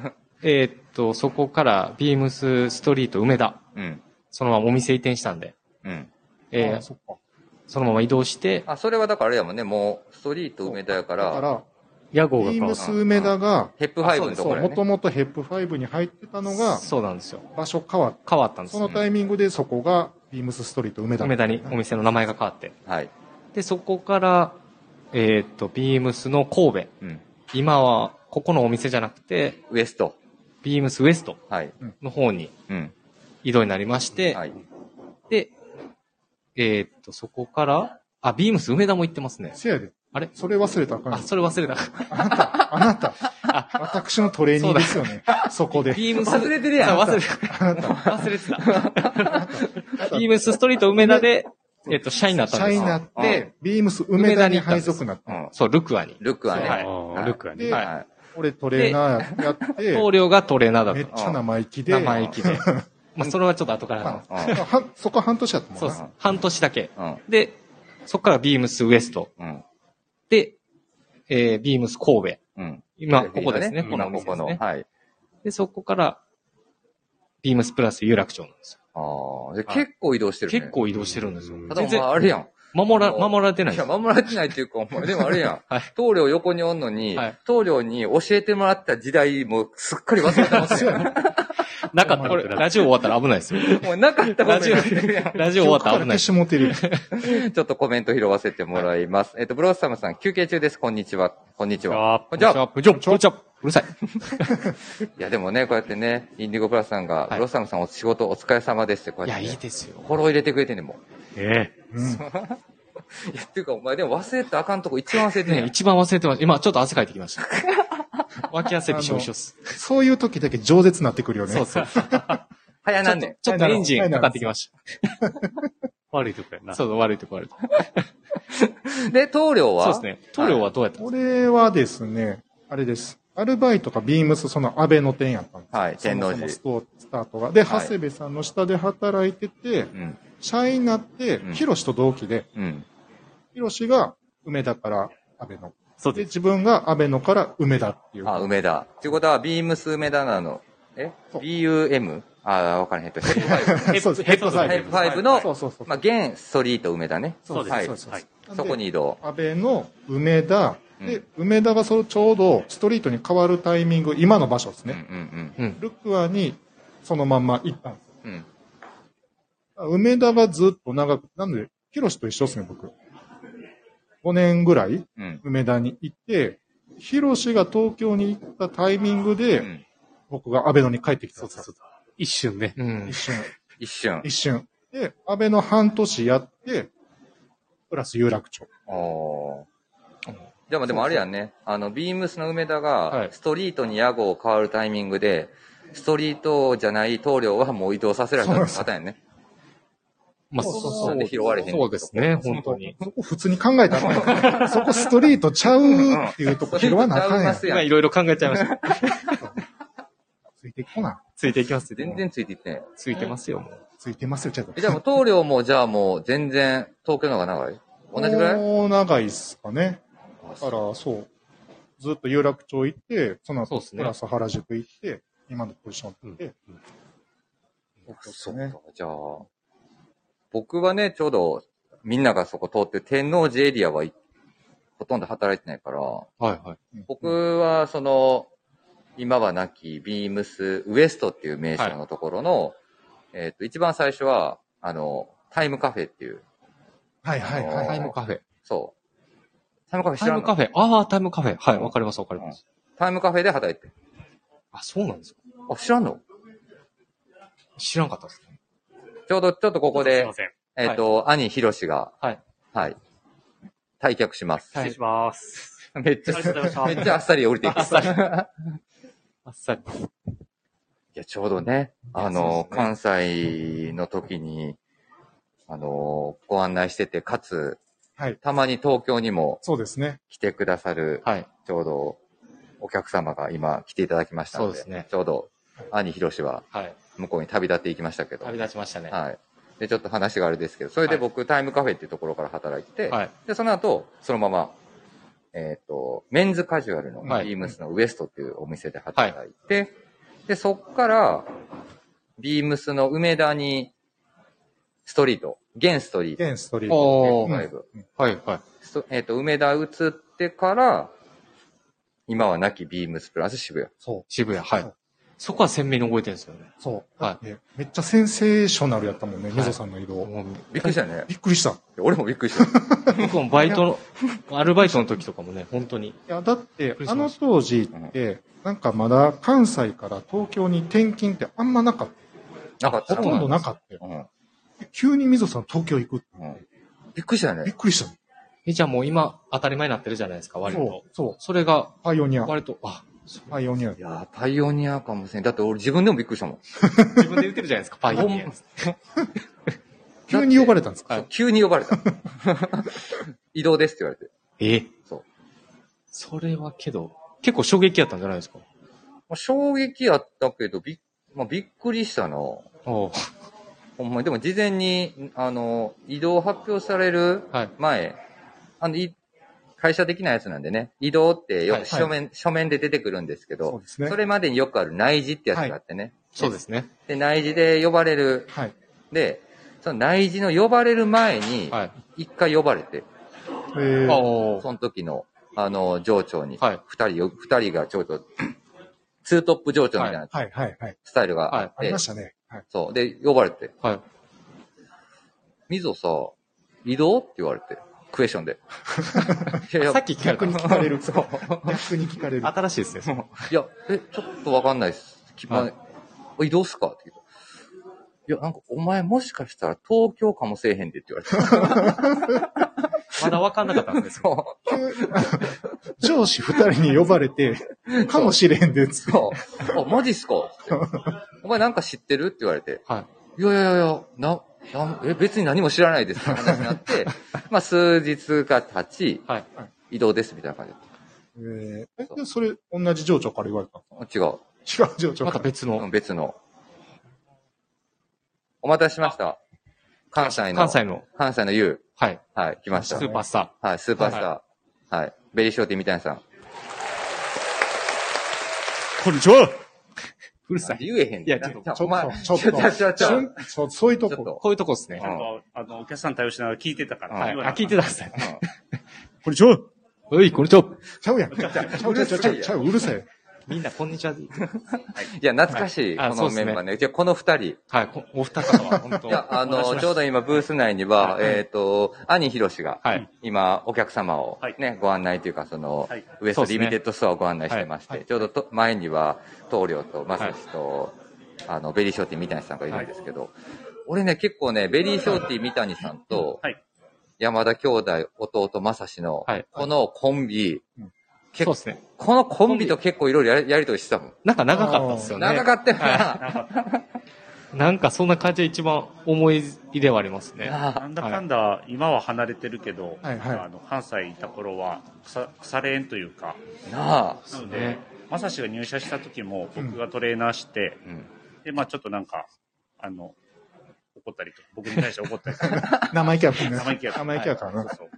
Speaker 2: えーっと、そこから、ビームスストリート梅田、
Speaker 1: うん。
Speaker 2: そのままお店移転したんで、
Speaker 1: うん。
Speaker 2: えー
Speaker 3: あそっか。
Speaker 2: そのまま移動して、
Speaker 1: あ、それはだからあれだもんね、もう、ストリート梅田やか、
Speaker 3: だからら、
Speaker 4: 屋号が
Speaker 3: ビー
Speaker 4: 変
Speaker 3: ム
Speaker 4: わる。
Speaker 3: ス梅田が、
Speaker 1: ヘップハイブのと
Speaker 3: そ
Speaker 1: こ
Speaker 3: う、
Speaker 1: ろ
Speaker 3: も
Speaker 1: や
Speaker 3: と
Speaker 1: ね。
Speaker 3: もとヘップ5に入ってたのが、
Speaker 2: そうなんですよ。
Speaker 3: 場所変わって、
Speaker 2: 変わったんです
Speaker 3: そ
Speaker 2: よ
Speaker 3: のタイミングでそこが、ビームスストリート梅田。
Speaker 2: 梅田にお店の名前が変わって。
Speaker 1: はい。
Speaker 2: で、そこから、えーっと、ビームスの神戸。
Speaker 1: うん。
Speaker 2: 今は、ここのお店じゃなくて、
Speaker 1: ウエスト。
Speaker 2: ビームスウエスト
Speaker 1: はい。
Speaker 2: の方に
Speaker 1: うん。
Speaker 2: 移動になりまして、
Speaker 1: はい。
Speaker 2: で、えーっと、そこから、あ、ビームス梅田も行ってますね。
Speaker 3: せやで。
Speaker 2: あれ
Speaker 3: それ忘れたらあかん
Speaker 2: あ、それ忘れた。
Speaker 3: あなた。私のトレーニングですよね。そこで。
Speaker 2: ビームス。
Speaker 1: 忘れてるやん
Speaker 2: [LAUGHS] そう忘れて忘れてた。 [LAUGHS] ビームスストリート梅田で、えっと、社員になったん
Speaker 3: 社
Speaker 2: です
Speaker 3: 員
Speaker 2: よ
Speaker 3: になっ
Speaker 1: う
Speaker 3: て、ビームス梅田に配属になっ
Speaker 1: う
Speaker 3: た。
Speaker 1: ん。
Speaker 2: そう、ルクアに。
Speaker 1: ルックはね。
Speaker 2: は
Speaker 1: はいい。
Speaker 4: ああ、ルックやね。
Speaker 3: で
Speaker 2: はい
Speaker 3: 俺トレーナーやって、
Speaker 2: 棟梁がトレーナーだ
Speaker 3: めっ
Speaker 2: と。
Speaker 3: ちゃ生意気で、
Speaker 2: 生意気で。まあ、それはちょっと後からなんです。
Speaker 3: まあはそこは半年やったもん
Speaker 2: そう
Speaker 3: な
Speaker 2: です。半年だけ。
Speaker 1: うん。
Speaker 2: で、そこからビームスウエスト。
Speaker 1: うん。
Speaker 2: で、えー、ビームス神戸。
Speaker 1: うん。
Speaker 2: 今、ここですね。
Speaker 1: うん
Speaker 2: このお
Speaker 1: こ
Speaker 2: 店で
Speaker 1: こ
Speaker 2: す
Speaker 1: の、
Speaker 2: ね。
Speaker 1: はい。
Speaker 2: で、そこから、ビームスプラス有楽町なんです
Speaker 1: ああ、で結構移動して
Speaker 2: よ。
Speaker 1: るね。
Speaker 2: 結。構移動してるんですよ
Speaker 4: うん。
Speaker 1: ただ
Speaker 2: 全
Speaker 1: お前
Speaker 2: 然、
Speaker 1: あれやん。
Speaker 2: 守ら、守られてない
Speaker 1: い
Speaker 2: で
Speaker 1: や、
Speaker 2: す。
Speaker 1: 守られてないっていうか、お前、でもあれやん。
Speaker 2: [LAUGHS] はい
Speaker 1: 棟梁横におんのに、
Speaker 2: はい
Speaker 1: 棟梁に教えてもらった時代もすっかり忘れて
Speaker 2: [LAUGHS]
Speaker 1: ますよ。
Speaker 4: なかった
Speaker 2: こ
Speaker 4: こ
Speaker 2: れ、
Speaker 4: れ。
Speaker 2: ラジオ終わったら危ないですよ。
Speaker 1: もうなかったこと
Speaker 2: ラ
Speaker 1: に
Speaker 2: ジオ
Speaker 1: なってるや、
Speaker 2: ラジオ終わったら危ない
Speaker 3: 記憶から消
Speaker 2: です。
Speaker 3: し持てる。
Speaker 1: ん。ちょっとコメント拾わせてもらいます。えっと、ブロッサムさん、休憩中です。こんにちは。こんにちは。
Speaker 4: あ
Speaker 1: こんにちは。
Speaker 2: こんにちはこんにちはうるさい。
Speaker 1: いや、でもね、こうやってね、インディゴプラスさんが、
Speaker 2: い
Speaker 1: ブロッサムさんお仕事お疲れ様ですって、こう
Speaker 2: い
Speaker 1: やっ
Speaker 2: や、
Speaker 1: てね、
Speaker 2: いいですよ。
Speaker 1: フォロー入れてくれてんねんもん
Speaker 4: ええ。
Speaker 3: うん
Speaker 1: いや、っていうか、お前、でも忘れたらあかんとこ一番忘れてんや
Speaker 2: ね、
Speaker 1: ん。
Speaker 2: 一番忘れてました。今、ちょっと汗かいてきま [LAUGHS] した。脇汗びしょびしょっす。
Speaker 3: そういう時だけ饒舌になってくるよね。
Speaker 2: そうそう。 [LAUGHS] ちょっ
Speaker 1: 早なんねん
Speaker 2: と、。ちょっとエンジンかかってきまし
Speaker 4: 悪いとこや
Speaker 2: た。
Speaker 4: な。
Speaker 2: そうそう、悪いとこ悪いとこ。
Speaker 1: で、棟梁は
Speaker 2: そうですね。塗料はどうやったんです
Speaker 3: 俺はですね、あれです。アルバイトがビームス、その安倍の店やったんです。
Speaker 1: はい天王寺
Speaker 3: そもそもスタートが。で、
Speaker 1: はい
Speaker 3: 長谷部さんの下で働いてて、
Speaker 1: うん。
Speaker 3: 社員になって
Speaker 1: うん、
Speaker 3: ヒロシと同期で、
Speaker 1: うん。
Speaker 3: ヒロシが梅田から安倍の。
Speaker 4: そう
Speaker 3: で、
Speaker 4: です。
Speaker 3: 自分が安倍のから梅田っていう。
Speaker 1: あ、梅田。っていうことは、ビームス梅田なの。え
Speaker 3: そう
Speaker 1: ?BUM? あー、わからへん。ヘッドファイ
Speaker 4: ヘッ
Speaker 3: [LAUGHS] そうですヘッドサイ
Speaker 1: ヘッドサイドの
Speaker 3: そうそうそ
Speaker 1: ブ。
Speaker 3: う。
Speaker 1: まあ、現ストリート梅田ね。
Speaker 4: そうです
Speaker 1: はい
Speaker 4: そうですはい
Speaker 1: そこに移動。
Speaker 3: 安倍の梅田、で、
Speaker 1: うん
Speaker 3: 梅田がそのちょうどストリートに変わるタイミング、今の場所です
Speaker 1: うんう
Speaker 3: ね。
Speaker 1: ん
Speaker 3: ルクアにそのまんま行ったんです。
Speaker 1: うん。うん。
Speaker 3: 梅田がずっと長く、なんで、ヒロシと一緒ですね、僕。5年ぐらい
Speaker 1: うん。
Speaker 3: 梅田に行って、ヒロシが東京に行ったタイミングで、
Speaker 1: うん
Speaker 3: 僕が安倍野に帰ってきたん
Speaker 4: そう
Speaker 3: です
Speaker 4: そう
Speaker 3: よ。
Speaker 4: そう。一瞬ね。
Speaker 2: かうん
Speaker 3: 一。瞬、
Speaker 1: 一瞬。
Speaker 3: 一瞬。で、安倍野半年やって、プラス有楽町。
Speaker 1: おーでも、でもあれやんね。あの、ビームスの梅田
Speaker 2: は
Speaker 1: が
Speaker 2: い、
Speaker 1: ストリートに屋号を変わるタイミングで、ストリートじゃない棟梁はもう移動させられたってパターンやね。
Speaker 2: まあ、
Speaker 3: そうそうそう
Speaker 1: なんで拾われへん
Speaker 2: そうですね、本当に。
Speaker 3: そこ普通に考えたら、そこストリートちゃうっていうとこ拾わなあかんやん
Speaker 1: スト。リートちゃいますや
Speaker 2: 今、いろいろ考えちゃいま [LAUGHS] した。
Speaker 3: ついてこな。
Speaker 2: ついていきます。
Speaker 1: 全。然ついていってない。
Speaker 2: ついてますよ、もう。
Speaker 3: ついてますよ、ちゃんと
Speaker 1: えじゃあもう棟梁も、じゃあもう全然東京の方が長い同じぐらい
Speaker 3: もう長いっすかね。
Speaker 1: あ
Speaker 3: だ
Speaker 1: そ
Speaker 3: か
Speaker 1: う
Speaker 3: ら、そう。ずっと有楽町行って、その
Speaker 2: そう
Speaker 3: 後、
Speaker 2: です
Speaker 3: プ
Speaker 2: ね
Speaker 3: ラス原宿行って、今のポジション行って、
Speaker 1: そうか、じゃあ、僕はね、ちょうど、みんながそこ通ってる天王寺エリアはいほとんど働いてないから、
Speaker 2: はいはい。
Speaker 1: 僕はその、今はなきビームスウエストっていう名称のところの、えっ、と、一番最初は、あの、タイムカフェっていう、
Speaker 3: はいはいはい
Speaker 2: タ
Speaker 3: は
Speaker 2: イ
Speaker 3: い。
Speaker 2: ムカフェ。
Speaker 1: そう。タイムカフェ知
Speaker 2: タイ
Speaker 1: らん
Speaker 2: ム
Speaker 1: の
Speaker 2: カフェ。ああ、タイムカフェ。はい、わかります、わかります。
Speaker 1: タイムカフェで働いてる。
Speaker 2: あ、そうなんですか。
Speaker 1: あ、知らんの
Speaker 2: 知らんかったですね。
Speaker 1: ちょうど、ちょっとここ
Speaker 4: すい
Speaker 1: で
Speaker 4: ま、せん。
Speaker 1: えっ、と、兄、ひろしが、
Speaker 2: はい。
Speaker 1: はい。退却します。
Speaker 4: 失礼します。
Speaker 1: [LAUGHS] め
Speaker 2: [LAUGHS]
Speaker 1: っち
Speaker 4: ありがとうございました
Speaker 1: ゃ、めっちゃあっさり降り [LAUGHS] ていく。
Speaker 2: あっさり
Speaker 1: い
Speaker 2: あっさり。
Speaker 1: や、ちょうどね、あ
Speaker 2: そう
Speaker 1: の、
Speaker 2: ですね
Speaker 1: 関西の時に、あの、ご案内してて、かつ、
Speaker 3: はい
Speaker 1: たまに東京にも
Speaker 3: そうですね。
Speaker 1: 来てくださる、
Speaker 2: はい。
Speaker 1: ちょうど、お客様が今来ていただきましたので、
Speaker 2: そうですね
Speaker 1: ちょうど兄ひろしは
Speaker 2: はい。
Speaker 1: 向こうに旅立っていきましたけど、
Speaker 2: 旅立ちましたね。は
Speaker 1: はい。で、ちょっと話があれですけど、それで僕、タイムカフェっていうところから働いて、
Speaker 2: い。はい。
Speaker 1: で、その後、そのまま、えっ、と、メンズカジュアルのビ
Speaker 2: はい
Speaker 1: ームスのウエストっていうお店で働いて、で、そっから、ビームスの梅田に、ストリート、現ストリート、
Speaker 3: 現ストリート。
Speaker 2: おー
Speaker 1: だいぶ
Speaker 2: はい、はい。
Speaker 1: ストえっ、と、梅田移ってから、今は亡きビームスプラス渋谷。
Speaker 3: そ
Speaker 2: 渋谷、はい。そこは鮮明に覚えてるんですよね。
Speaker 3: う。そう。
Speaker 2: はい
Speaker 3: でめっちゃセンセーショナルやったもんね、
Speaker 2: い
Speaker 3: みぞさんの移動。
Speaker 2: もう
Speaker 1: びっくりしたよね。
Speaker 3: びっくりした。い
Speaker 1: 俺もびっくり
Speaker 3: [LAUGHS]
Speaker 1: した。
Speaker 2: 僕もバイトの、アルバイトの時とかもね、本当に。
Speaker 3: や、だって
Speaker 2: く、りし
Speaker 3: あ
Speaker 2: ま
Speaker 3: の
Speaker 2: し
Speaker 3: 当時って、なんかまだ関西から東京に転勤ってあんまなかっ。
Speaker 1: なかったた
Speaker 3: ほとんどなかったよ。
Speaker 1: うん。
Speaker 3: 急にみぞさん東京行く。
Speaker 1: うんびっくりしたよ
Speaker 3: びっ
Speaker 1: ね。
Speaker 3: くりした。
Speaker 2: え、じゃあもう今、当たり前になってるじゃないですか、割と
Speaker 3: そ。う。そう。
Speaker 2: それが、
Speaker 3: パイオニア。
Speaker 2: 割と、あ、
Speaker 3: パイオニア
Speaker 1: い。やー、パイオニアかもしれん。だって俺自分でもびっくりしたもん。
Speaker 2: 自分で言ってるじゃないですか、パイオニアです。
Speaker 3: 急に呼ばれたんです
Speaker 2: は
Speaker 3: か
Speaker 2: い
Speaker 1: 急に呼ばれ
Speaker 2: [LAUGHS]
Speaker 1: た。移動ですって言われて。
Speaker 2: え
Speaker 1: そう。
Speaker 2: それはけど、結構衝撃やったんじゃないですか。
Speaker 1: まあ、衝撃やったけど、びっ,、まあ、びっくりしたな。ほ
Speaker 2: おー
Speaker 1: んまに。でも事前に、あの、移動発表される
Speaker 2: はい。
Speaker 1: 前、あの、い会社的なやつなんでね、移動ってよ
Speaker 2: は
Speaker 1: く
Speaker 2: い
Speaker 1: 書面、書面で出てくるんですけ
Speaker 3: そう
Speaker 1: ど、
Speaker 3: ですね
Speaker 1: そ。れまでによくある内示ってやつがあってね。
Speaker 2: そうですね。
Speaker 1: で、内示で呼ばれる。
Speaker 3: はい。
Speaker 1: で、その内示の呼ばれる前に、
Speaker 2: はい。
Speaker 1: 一回呼ばれて、
Speaker 3: え
Speaker 2: あ
Speaker 3: ー、
Speaker 2: ー
Speaker 1: その時の、あの、上長に、
Speaker 2: はい。
Speaker 1: 二人よ、二人がちょっと、ツートップ上長みたいな
Speaker 3: はい、はい、はい。
Speaker 1: スタイルがあって、
Speaker 3: ありましたね。はい。
Speaker 1: そう。で、呼ばれて、
Speaker 2: はい。
Speaker 1: みぞさ、移動って言われて、クエスチョンで。いやいや
Speaker 2: さっき聞かれた
Speaker 3: 逆に聞かれる。
Speaker 1: そう。
Speaker 3: 逆に聞かれる。
Speaker 2: 新しいですねそれ。
Speaker 1: いや、え、ちょっとわかんないです。きま
Speaker 2: はい
Speaker 1: 移動っすかって言うと。いや、なんか、お前もしかしたら東京かもせえへんでって言われて。
Speaker 2: まだ分かんなか
Speaker 1: [LAUGHS]
Speaker 2: ったんですよ。
Speaker 1: そ
Speaker 3: 上司二人に呼ば
Speaker 2: [LAUGHS]
Speaker 3: れて、かもしれんで、つ
Speaker 1: う。
Speaker 3: って
Speaker 1: そう。あ、マジっすかってお前なんか知ってるって言われて。
Speaker 2: はい
Speaker 1: やいやいや、な、なんえ、別に何も知らないですって話にな
Speaker 2: [LAUGHS]
Speaker 1: って、まあ、数日が経ち、
Speaker 2: い。はい。
Speaker 1: 移動ですみたいな感じ
Speaker 3: えーえでそれ、同じ上長から言われた
Speaker 1: 違う。
Speaker 3: 違う上長
Speaker 2: ま
Speaker 3: か
Speaker 2: た
Speaker 3: ら。
Speaker 2: 別
Speaker 1: う
Speaker 2: の
Speaker 1: ん、別の。お待たせしました。関西の、
Speaker 2: 関西の、
Speaker 1: 関西の U。
Speaker 2: はい。
Speaker 1: はい、来まし
Speaker 2: ス
Speaker 1: た。
Speaker 2: ーパースタ
Speaker 1: はい、スーパースター。はい、ベリーショーティーみたいなさん。
Speaker 2: ー。こんにちはうるさい。
Speaker 1: 言えへんで
Speaker 2: いやちょっと
Speaker 1: な
Speaker 3: ちょ
Speaker 1: お前、
Speaker 3: ちょっ
Speaker 1: ち
Speaker 3: と、
Speaker 1: ょちょちょ
Speaker 3: そうそういうと
Speaker 1: ちょっ
Speaker 3: こ。
Speaker 1: と。
Speaker 2: こういうとこですね。
Speaker 5: ちゃんと、あの、お客さん対応しながら聞いてたから。
Speaker 1: うん
Speaker 2: はい。
Speaker 5: 言わ
Speaker 2: あ、
Speaker 5: なか
Speaker 2: 聞い
Speaker 5: って
Speaker 2: くださ [LAUGHS] い。
Speaker 4: こんにちは
Speaker 2: はい、こんにちは。
Speaker 3: ちゃうやん。ちゃうちゃうちゃうちゃうちゃう、うるさい。
Speaker 2: みんな、こんにちは。
Speaker 1: いや、懐かしい、
Speaker 2: はいあ
Speaker 1: こ
Speaker 2: そう
Speaker 1: の
Speaker 2: っす
Speaker 1: メ
Speaker 2: ね
Speaker 1: ンバーね。じゃあこの二人。い
Speaker 2: はい、こお二方は、本当。
Speaker 1: や、あ
Speaker 2: お願いし
Speaker 1: の、
Speaker 2: ます
Speaker 1: ちょうど今、ブース内には、
Speaker 2: はい
Speaker 1: えっと、兄ひろしが、
Speaker 2: はい。
Speaker 1: 今、お客様を
Speaker 5: はい
Speaker 1: ね、ご案内というか、その
Speaker 5: はい、
Speaker 1: ウエス
Speaker 2: そ
Speaker 1: ト
Speaker 2: うっす
Speaker 1: リ
Speaker 2: ね
Speaker 1: ミテッドストアをご案内してまし
Speaker 3: は
Speaker 1: て、ちょうどと前には、棟梁と、まさしと、あの、ベリーショーティー三谷さんがいるんですけど、俺ね、結構ね、ベリーショーティー三谷さんと
Speaker 5: はい、
Speaker 1: 山田兄弟、弟、まさしの
Speaker 2: はい、
Speaker 1: このコンビ
Speaker 3: うん、
Speaker 2: そう
Speaker 1: 結
Speaker 2: ですね。
Speaker 1: このコンビと結構いろいろやりやりとりしてたもん。
Speaker 2: なんか長かったですよね。
Speaker 1: 長かったよな。
Speaker 5: なんか
Speaker 2: なんかそんな感じが一番思い入れはありますね。
Speaker 1: な [LAUGHS]
Speaker 5: なんだかんだ、今は離れてるけど、
Speaker 3: はいはい
Speaker 5: あの関西いた頃は腐腐れ縁というか、
Speaker 1: あ。
Speaker 5: なの
Speaker 2: ね
Speaker 5: で、まさしが入社した時も僕がトレーナーして、
Speaker 1: うん
Speaker 5: で、まあちょっとなんか、あの、怒ったりとか、僕に対して怒ったりとか、
Speaker 3: 生意気やからね。
Speaker 5: 生意気やから。
Speaker 3: 生意気やからな。
Speaker 5: そうそう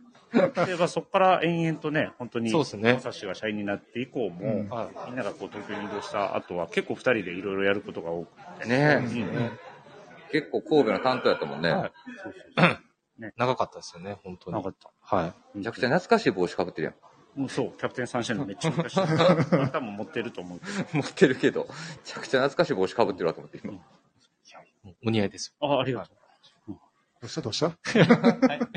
Speaker 5: で、まあそこから延々とね、本当に、
Speaker 2: そうですね
Speaker 5: まさしが社員になって以降
Speaker 3: う
Speaker 5: も、
Speaker 3: ん
Speaker 2: はい
Speaker 5: みんながこう東京に移動した後は結構二人でいろいろやることが多くて。
Speaker 1: ねえ
Speaker 5: うん
Speaker 1: 結構神戸の担当やったもんね。
Speaker 2: はい
Speaker 5: そうそうそう
Speaker 2: 長かったですよね、本当
Speaker 5: な
Speaker 2: に
Speaker 5: か。った。
Speaker 2: はい。
Speaker 5: め
Speaker 1: めちゃくちゃ懐かしい帽子かぶってる
Speaker 5: もうそう、キャプテンサンシャインのめっちゃ昔。多分持ってると思うけど。
Speaker 1: [LAUGHS] やん。持ってるけど、めちゃくちゃ懐かしい帽子かぶってるわと思って今。
Speaker 2: お似合いですよ。
Speaker 5: あ、ありがと
Speaker 3: どうしたどうした
Speaker 5: う。